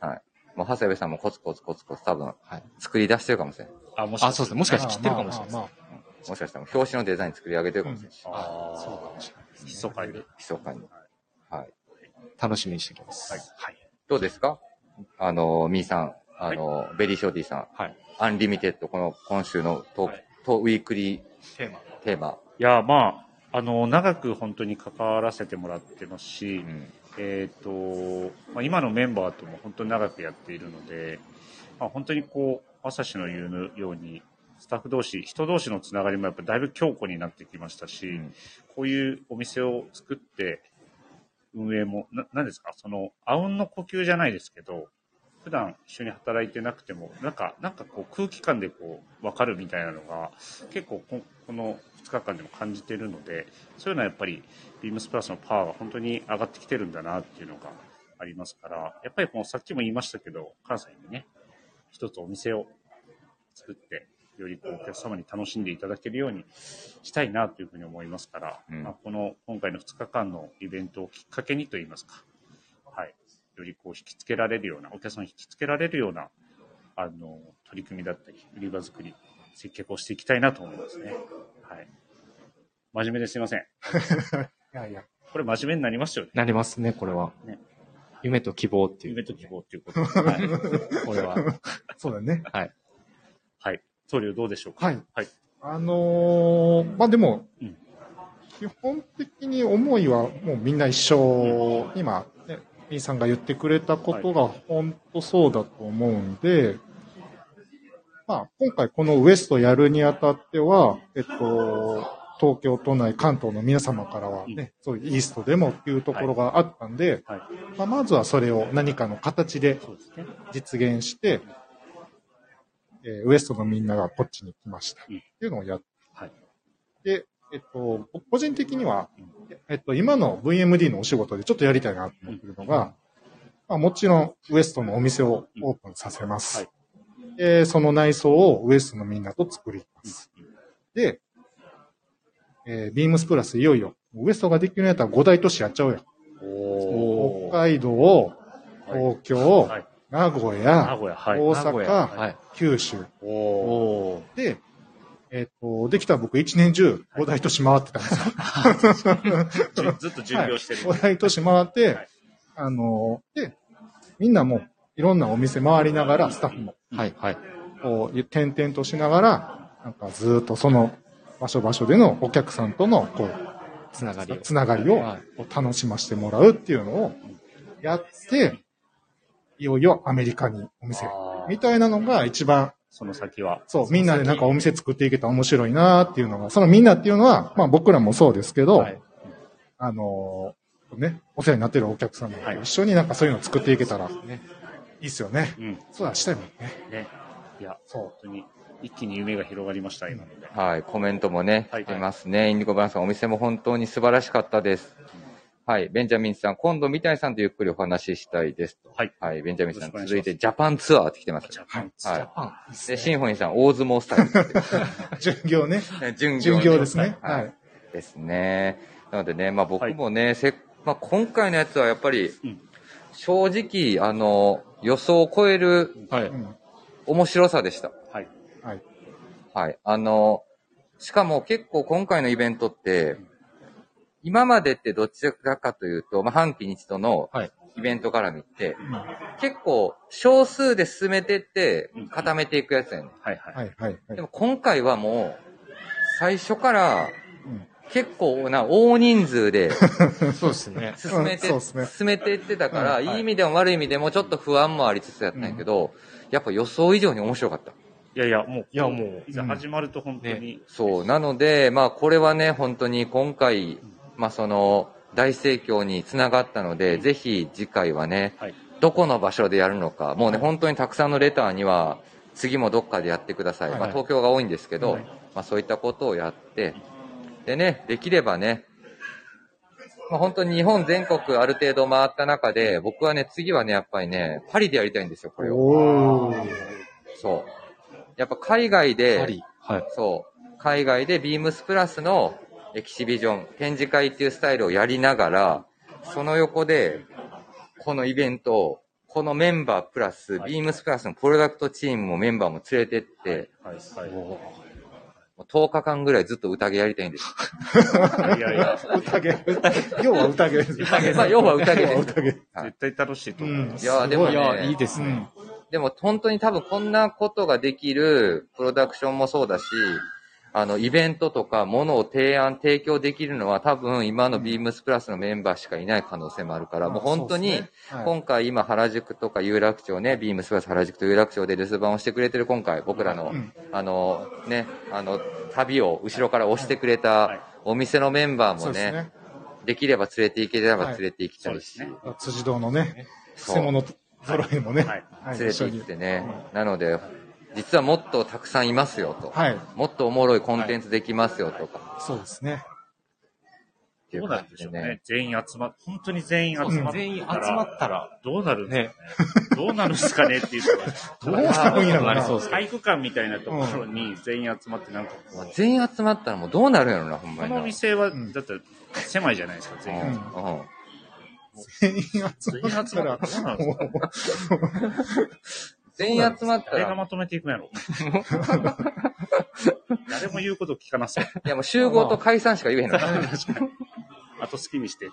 Speaker 1: はい。もう長谷部さんもコツコツコツコツ多分
Speaker 2: はい。
Speaker 1: 作り出してるかもしれん。
Speaker 5: あ、もし
Speaker 2: あ、
Speaker 5: か
Speaker 2: そう
Speaker 5: し
Speaker 2: です
Speaker 5: たら
Speaker 2: ね。もしかして切ってるかもしれないです。
Speaker 3: まあまあ
Speaker 1: もしかしたら表紙のデザイン作り上げてるかもしれんし、
Speaker 5: あー
Speaker 2: そうかもしれないですね
Speaker 5: 密かに。はい。
Speaker 1: 密かに。はい。
Speaker 2: 楽しみにしておきます。
Speaker 5: はい。
Speaker 1: どうですかあの、みーさん、あの、ベリーショーティーさん、
Speaker 2: はい
Speaker 1: アンリミテッド、この今週のト,、
Speaker 5: はい
Speaker 1: トウィークリー
Speaker 2: テーマ。
Speaker 1: テーマ。
Speaker 5: いや、まあ、あの、長く本当に関わらせてもらってますし、
Speaker 1: うん
Speaker 5: えっ、と、まあ、今のメンバーとも本当に長くやっているので、まあ、本当にこう、朝日の言うように、スタッフ同士、人同士のつながりもやっぱだいぶ強固になってきましたし、
Speaker 1: うん
Speaker 5: こういうお店を作って、運営も、ななんですか、その、あうんの呼吸じゃないですけど、普段一緒に働いてなくても、なんか、なんかこう空気感でこう、わかるみたいなのが、結構こ、この2日間でも感じてるので、そういうのはやっぱり、ビームスプラスのパワーが本当に上がってきてるんだなっていうのがありますから、やっぱりこのさっきも言いましたけど、関西にね、一つお店を作って、よりこうお客様に楽しんでいただけるようにしたいなというふうに思いますから、
Speaker 1: うん
Speaker 5: まあ、この今回の2日間のイベントをきっかけにといいますか、はい、よりこう引きつけられるような、お客さんを引きつけられるような、あの、取り組みだったり、売り場作り、接客をしていきたいなと思いますね。はい。真面目ですいません。
Speaker 3: いやいや。
Speaker 5: これ真面目になりますよね。
Speaker 2: なりますね、これは
Speaker 5: ね。
Speaker 2: 夢と希望っていう。
Speaker 5: 夢と希望っていうことで。はい。
Speaker 2: これは。
Speaker 3: そうだね。
Speaker 5: はい。棟梁どうでしょうか
Speaker 3: はい。
Speaker 5: はい。
Speaker 3: あのーまあでも、
Speaker 5: うん
Speaker 3: 基本的に思いはもうみんな一緒、今、ね、B さんが言ってくれたことが本当そうだと思うんで、まあ今回このウエストやるにあたっては、えっと、東京都内、関東の皆様からはね、そういうイーストでもっていうところがあったんで、
Speaker 5: はいは
Speaker 3: まあまずはそれを何かの形で
Speaker 5: そうですね。
Speaker 3: 実現して、えーウエストのみんながこっちに来ました。っ
Speaker 5: うん
Speaker 3: ていうのをやって、
Speaker 5: はい
Speaker 3: で、えっと、僕個人的には、えっと、今の VMD のお仕事でちょっとやりたいなと思ってるのが、まあ、もちろんウエストのお店をオープンさせます。でその内装をウエストのみんなと作ります。で、えービームスプラスいよいよ、ウエストができるんやったら5大都市やっちゃおうよ。
Speaker 5: お
Speaker 3: 北海道、
Speaker 5: はい
Speaker 3: 東京、
Speaker 5: はい
Speaker 3: 名古
Speaker 5: 名
Speaker 3: 屋、
Speaker 5: 古屋、はい。
Speaker 3: 大
Speaker 2: 名古屋
Speaker 3: 阪
Speaker 2: はい。
Speaker 3: 九州。
Speaker 5: お
Speaker 2: お
Speaker 5: お
Speaker 2: お
Speaker 3: で、えっ、と、できたら僕一年中、五大都市回ってたんですよ。
Speaker 5: ー。ずっと準備をしてる。
Speaker 3: はい五大都市回って、
Speaker 5: はい
Speaker 3: あのーで、みんなもういろんなお店回りながら、スタッフも、
Speaker 2: ー。はい、はい。
Speaker 3: こう、転々としながら、なんかずーっとその場所場所でのお客さんとの、こう、
Speaker 2: つながりを。
Speaker 3: つながりを
Speaker 2: はい
Speaker 3: こう楽しませてもらうっていうのをやって、いよいよアメリカにお店、
Speaker 5: あー
Speaker 3: みたいなのが一番
Speaker 5: その先は。
Speaker 3: そう、みんなでなんかお店作っていけたら面白いなーっていうのが、そのみんなっていうのは、まあ僕らもそうですけど、
Speaker 2: はい
Speaker 3: あのーね、お世話になってるお客様と
Speaker 5: はい
Speaker 3: 一緒になんかそういうの作っていけたら、い
Speaker 2: ね
Speaker 3: いっすよね。
Speaker 5: うん。
Speaker 3: そうだ、したいもんね。
Speaker 5: ね。いや、
Speaker 3: そ
Speaker 5: 本当に一気に夢が広がりました、今ので。
Speaker 1: はい、コメントもね、
Speaker 5: はい
Speaker 1: 来てますね。インディゴブランさん、お店も本当に素晴らしかったです。はい、ベンジャミンさん、今度三谷さんとゆっくりお話ししたいですと。
Speaker 5: はい。
Speaker 1: はい、ベンジャミンさん、
Speaker 5: よろしくお願いし
Speaker 1: 続
Speaker 5: ます
Speaker 1: いてジャパンツアーって来てます。
Speaker 5: ジャパンツア
Speaker 1: は
Speaker 5: ー
Speaker 1: い。
Speaker 2: あ
Speaker 1: で、シンフォニーさん、大相撲スタイルっ
Speaker 5: [LAUGHS]
Speaker 1: て。
Speaker 3: う。巡業ね。
Speaker 1: ね巡
Speaker 3: 巡業ですね。
Speaker 1: は
Speaker 3: はいい。。
Speaker 1: ですね。なのでね、まあ僕もね、せまあ今回のやつはやっぱり
Speaker 5: うん、
Speaker 1: 正直、あの、予想を超える
Speaker 2: はい。
Speaker 3: うん
Speaker 1: 面白さでした。
Speaker 5: はい。
Speaker 3: はい。
Speaker 1: はい。あの、しかも結構今回のイベントって、今までってどちらかというと、まあ、半期に一度の
Speaker 2: はい
Speaker 1: イベント絡みって、
Speaker 3: うんは
Speaker 1: 結構少数で進めてって
Speaker 5: うん
Speaker 1: 固めていくやつやね、
Speaker 5: はい。はい。
Speaker 3: い、はい、はい
Speaker 1: で。も今回はもう、最初から
Speaker 3: うん
Speaker 1: 結構な大人数で
Speaker 2: そうですね。
Speaker 1: 進めて、
Speaker 3: そうっすね
Speaker 1: 進めていってたから、
Speaker 3: うん
Speaker 1: い
Speaker 3: はい
Speaker 1: い意味でも悪い意味でもちょっと不安もありつつやったんやけど、やっぱ予想以上に面白かった。
Speaker 5: いやいや、もう、
Speaker 2: いやもう
Speaker 5: いざ始まると本当に、
Speaker 1: そう。なので、まあ、これはね、本当に今回、まあ、その、大盛況につながったので、ぜひ次回はね、
Speaker 5: はい
Speaker 1: どこの場所でやるのか、もうね、本当にたくさんのレターには、次もどっかでやってください。
Speaker 3: はい
Speaker 1: まあ、東京が多いんですけど、
Speaker 5: はい
Speaker 1: まあ、そういったことをやって、でね、できればね、まあ、本当に日本全国ある程度回った中で、僕はね、次はね、やっぱりね、パリでやりたいんですよ、これを。
Speaker 3: おー。
Speaker 1: そう。やっぱ海外で、
Speaker 2: パリ。はい。
Speaker 1: そう。海外でビームスプラスのエキシビジョン、展示会っていうスタイルをやりながら、その横で、このイベントを、このメンバープラス、ビームスプラスのプロダクトチームもメンバーも連れてって、
Speaker 5: はい。は
Speaker 1: もう10日間ぐらいずっと宴やりたいんです。
Speaker 5: い。いやいや、
Speaker 3: 宴。 [LAUGHS] 要は宴です。
Speaker 1: まあ、要は宴
Speaker 3: 要は
Speaker 1: です。
Speaker 3: 宴。
Speaker 1: はい
Speaker 5: 絶対楽しいと思います。
Speaker 1: いやーでも
Speaker 3: すご
Speaker 2: い
Speaker 1: ね
Speaker 2: や、いいです
Speaker 3: う
Speaker 2: ね。
Speaker 3: ん
Speaker 1: でも本当に多分こんなことができるプロダクションもそうだし、あの、イベントとかものを提案、提供できるのは多分今のビームスプラスのメンバーしかいない可能性もあるから、もう本当に、
Speaker 3: はい
Speaker 1: 今回今原宿とか有楽町ね、ビームスプラス原宿と有楽町で留守番をしてくれてる今回、僕らの、
Speaker 3: うん
Speaker 1: あの、ね、あの、旅を後ろから押してくれ
Speaker 5: はい
Speaker 1: たお店のメンバー
Speaker 3: そ
Speaker 1: も
Speaker 3: うです
Speaker 1: ね、
Speaker 3: ね。
Speaker 1: できれば連れて行ければ連れて行きた
Speaker 5: そうで
Speaker 1: い
Speaker 5: す
Speaker 1: し、
Speaker 5: ね。
Speaker 3: 辻堂のね、
Speaker 1: そう
Speaker 3: 背物揃いもね、
Speaker 5: はい
Speaker 3: はい
Speaker 1: 連れて行ってね、なので、実はもっとたくさんいますよと、
Speaker 3: はい、
Speaker 1: もっとおもろいコンテンツできますよとか、
Speaker 3: そうですね。
Speaker 1: ってい
Speaker 5: どう
Speaker 1: う
Speaker 5: なる
Speaker 1: 感
Speaker 5: んで
Speaker 1: じ
Speaker 5: し
Speaker 1: で
Speaker 5: ょう
Speaker 1: ね
Speaker 5: ね。。全員集まっ、本当に全員集
Speaker 2: そう
Speaker 5: ま
Speaker 2: ですね
Speaker 5: ったら。
Speaker 2: 全員集まったら、
Speaker 5: どうなるん
Speaker 2: ね。
Speaker 5: どうなるんですかねっていうのが
Speaker 3: どうなるんやろ
Speaker 2: なり
Speaker 3: な。
Speaker 2: そうです
Speaker 5: 体育館みたいなところに全員集まって、なんかこう、
Speaker 1: 全員集まったらもうどうなるんやろな、ほんま
Speaker 5: こ
Speaker 1: にな。
Speaker 5: の
Speaker 1: うん
Speaker 5: 店は、
Speaker 3: ん
Speaker 5: だって狭いじゃないですか、
Speaker 1: う
Speaker 5: 全員。
Speaker 1: ん
Speaker 3: 全員集まったら、
Speaker 5: 全員集まったら
Speaker 3: もう、
Speaker 1: 全員集まった
Speaker 5: 誰が
Speaker 1: ら、
Speaker 5: まとめていくんやろ誰も言うこと聞かなそう。
Speaker 1: いや、もう集合と解散しか言えへんの。
Speaker 5: 確かに。あと好きにして。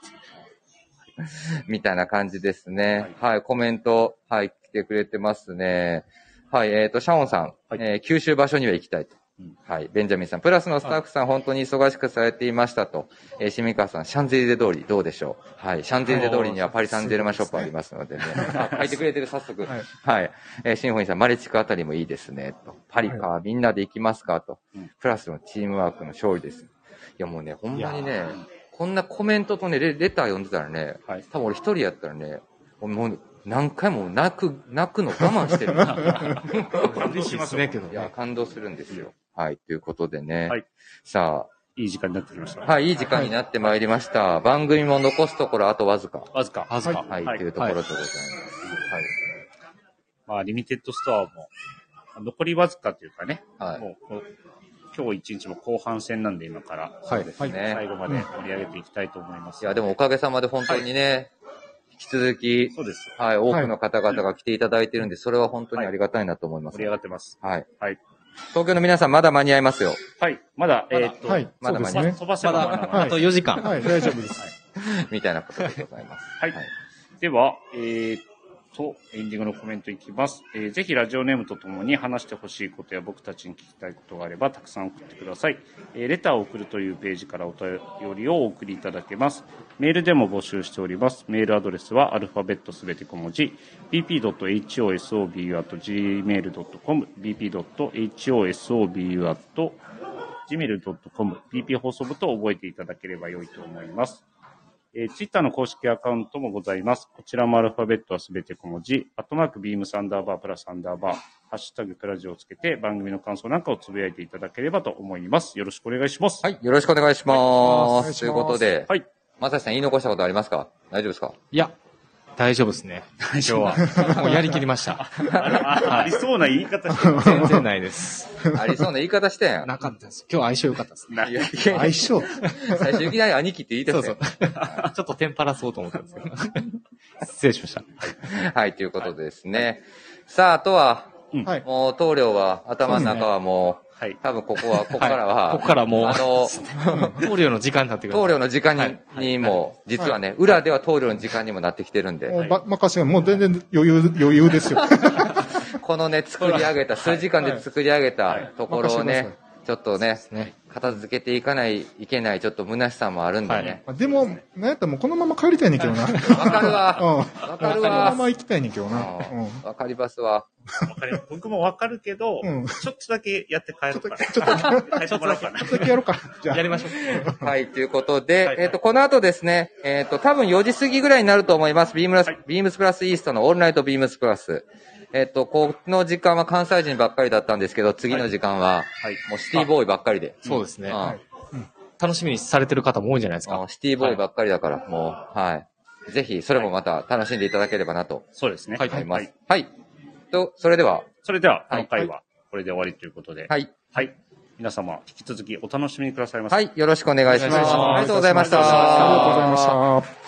Speaker 1: みたいな感じですね。はい、コメント、はい、来てくれてますね。はい、えっ、と、シャオンさん、
Speaker 5: はい
Speaker 1: えー九州場所には行きたいと
Speaker 5: うん。
Speaker 1: はい、ベンジャミンさん、プラスのスタッフさん、本当に忙しくされていましたと。えー、シミカワさん、シャンゼリゼ通り、どうでしょうはい、シャンゼリゼ通りにはパリ・サンジェルマンショップありますのでね。 [LAUGHS] あ書いてくれてる、早速。
Speaker 3: はい
Speaker 1: はい。えーシンフォニーさん、マレチクあたりもいいですね、と。パリか、みんなで行きますか、と
Speaker 5: うん。
Speaker 1: プラスのチームワークの勝利です。いや、もうね、ほんまに
Speaker 5: い
Speaker 1: ね
Speaker 5: やー、
Speaker 1: こんなコメントとね、レレター読んでたらね、
Speaker 5: はい。
Speaker 1: 多分俺一人やったらね、もう何回も泣く、泣くの我慢してる。
Speaker 5: 感動
Speaker 2: 嬉しいですね、けど
Speaker 1: いや、
Speaker 2: ね。
Speaker 1: 感動するんですよ。はい、ということでね。
Speaker 5: はい
Speaker 1: さ
Speaker 5: いい時間になってきました。
Speaker 1: あ、はい、いい時間になってまいりました。番組も残すところあとわずか。
Speaker 5: わずか。
Speaker 2: はずか。
Speaker 1: はい、
Speaker 5: はい
Speaker 1: というところでございます。
Speaker 5: まあ、リミテッドストアも、残りわずかというかね、
Speaker 1: はい。はい。
Speaker 5: もうこう、今日一日も後半戦なんで今から、
Speaker 3: はい。はい。
Speaker 5: 最
Speaker 1: ね。
Speaker 5: 後まで盛り上げていきたいと思います。
Speaker 1: いや、でもおかげさまで本当にね、引き続き、
Speaker 5: そうです。
Speaker 1: はい、多くの方々が来ていただいてるんで、それは本当にありがたいなと思います
Speaker 5: 盛り。上がってます。
Speaker 1: はい。
Speaker 5: はい。
Speaker 1: 東京の皆さんまだ間に合いますよ。
Speaker 5: はい。まだ、えーっと、
Speaker 3: はい。
Speaker 1: ま
Speaker 3: そ
Speaker 1: だ
Speaker 3: うで
Speaker 1: 間
Speaker 3: す
Speaker 1: に合
Speaker 5: ま
Speaker 3: ね。
Speaker 5: 飛ばせ
Speaker 2: ま
Speaker 5: ばまだ
Speaker 2: だ、あと4時間。
Speaker 3: はい。大丈夫です。
Speaker 1: みたいなことでございます。
Speaker 5: はいでは、えーっと、エンディングのコメントいきます。えーぜひラジオネームとともに話してほしいことや僕たちに聞きたいことがあればたくさん送ってください。えーレターを送るというページからお便りをお送りいただけます。メールでも募集しております。メールアドレスはアルファベットすべて小文字、bp.hosobu.gmail.com、bp.hosobu.gmail.com、bp 放送部と覚えていただければ良いと思います。えー、ツイッターの公式アカウントもございます。こちらもアルファベットはすべて小文字、アットマークビームサンダーバープラスアンダーバー、ハッシュタグプラジオをつけて番組の感想なんかをつぶやいていただければと思います。よろしくお願いします。
Speaker 1: はい、よろしくお願いします。とい
Speaker 3: はい
Speaker 1: う
Speaker 3: お願いします
Speaker 1: ことで、
Speaker 5: はい。
Speaker 1: まさしさん言い残したことありますか大丈夫ですか
Speaker 2: いや、大丈夫ですね。
Speaker 5: 今日は。
Speaker 2: もうやりきりました。
Speaker 5: あありそうな言い方してます
Speaker 2: 全然ないです。
Speaker 1: ありそうな言い方してん。い
Speaker 2: なかったです。今日相性良かったですね。
Speaker 5: ない
Speaker 1: やいや
Speaker 3: 相性。
Speaker 1: 最初いきなり兄貴って言いた
Speaker 2: そ
Speaker 1: く
Speaker 2: うそ
Speaker 1: て
Speaker 2: う。。ちょっとテンパらそうと思ったんですけど。失礼しました。
Speaker 1: はい、ということでですね。さあ、あとは、
Speaker 3: はい。
Speaker 1: もう棟梁は、頭の中はもう、
Speaker 5: はい。
Speaker 1: 多分ここは、ここから
Speaker 2: い、
Speaker 1: は、
Speaker 2: ここからもう、
Speaker 1: あ
Speaker 2: [LAUGHS]
Speaker 1: の、
Speaker 2: 棟梁の時間になってくる。
Speaker 1: 棟梁の時間に,、
Speaker 2: はい
Speaker 1: にも、実はね、裏では棟梁の時間にもなってきてるんで、
Speaker 3: もうば、任せがもう全然余裕、余裕ですよ。
Speaker 1: このね、作り上げた、数時間で作り上げたところを
Speaker 3: 任せてく
Speaker 1: ね
Speaker 3: だ、
Speaker 1: ちょっとね、
Speaker 2: ね。
Speaker 1: 片付けていかない、いけない、ちょっと虚しさもあるんでね。
Speaker 3: でも、なんやったらもうこのまま帰りたいねんけどな。
Speaker 1: わ、かる
Speaker 3: [LAUGHS] うん。
Speaker 1: わ。
Speaker 3: わ
Speaker 1: わかる
Speaker 3: このまま
Speaker 1: わ。
Speaker 3: 行きたいねんけどな。うん。
Speaker 1: わかりますわ。
Speaker 5: わかり [LAUGHS] ます僕もわかるけど、
Speaker 3: うん
Speaker 5: ちょっとだけやって帰ろうかな。ちょっと帰ってもらおうかな。
Speaker 3: ちょっとやろうか。じゃあ
Speaker 2: や。りましょう。
Speaker 1: はい、ということで、
Speaker 5: はい
Speaker 1: えっ、と、この後ですね、えっ、と、多分4時過ぎぐらいになると思います。ビームラス、
Speaker 5: はい
Speaker 1: ビームスプラスイーストのオールナイトビームスプラス。えっ、と、この時間は関西人ばっかりだったんですけど、次の時間は、
Speaker 5: はい。
Speaker 1: もうシティボーイばっかりで。
Speaker 2: そうですね
Speaker 1: うん。
Speaker 3: はい
Speaker 2: 楽しみにされてる方も多いんじゃないです
Speaker 1: う
Speaker 2: か
Speaker 1: ん。シティボーイばっかりだから、もう、はい。ぜひ、それもまた楽しんでいただければなと
Speaker 5: そうですね。
Speaker 2: はい
Speaker 1: 思います。
Speaker 5: は
Speaker 1: はいい。。と、それでは、
Speaker 5: それでは、こ
Speaker 1: はい
Speaker 5: の回はこれで終わりということで、
Speaker 1: はい。
Speaker 5: はい。皆様、引き続きお楽しみくださいませ
Speaker 1: は。い、よろしくお願いします。
Speaker 2: お願いします
Speaker 1: ありがとうございました。
Speaker 3: ありがとうございました。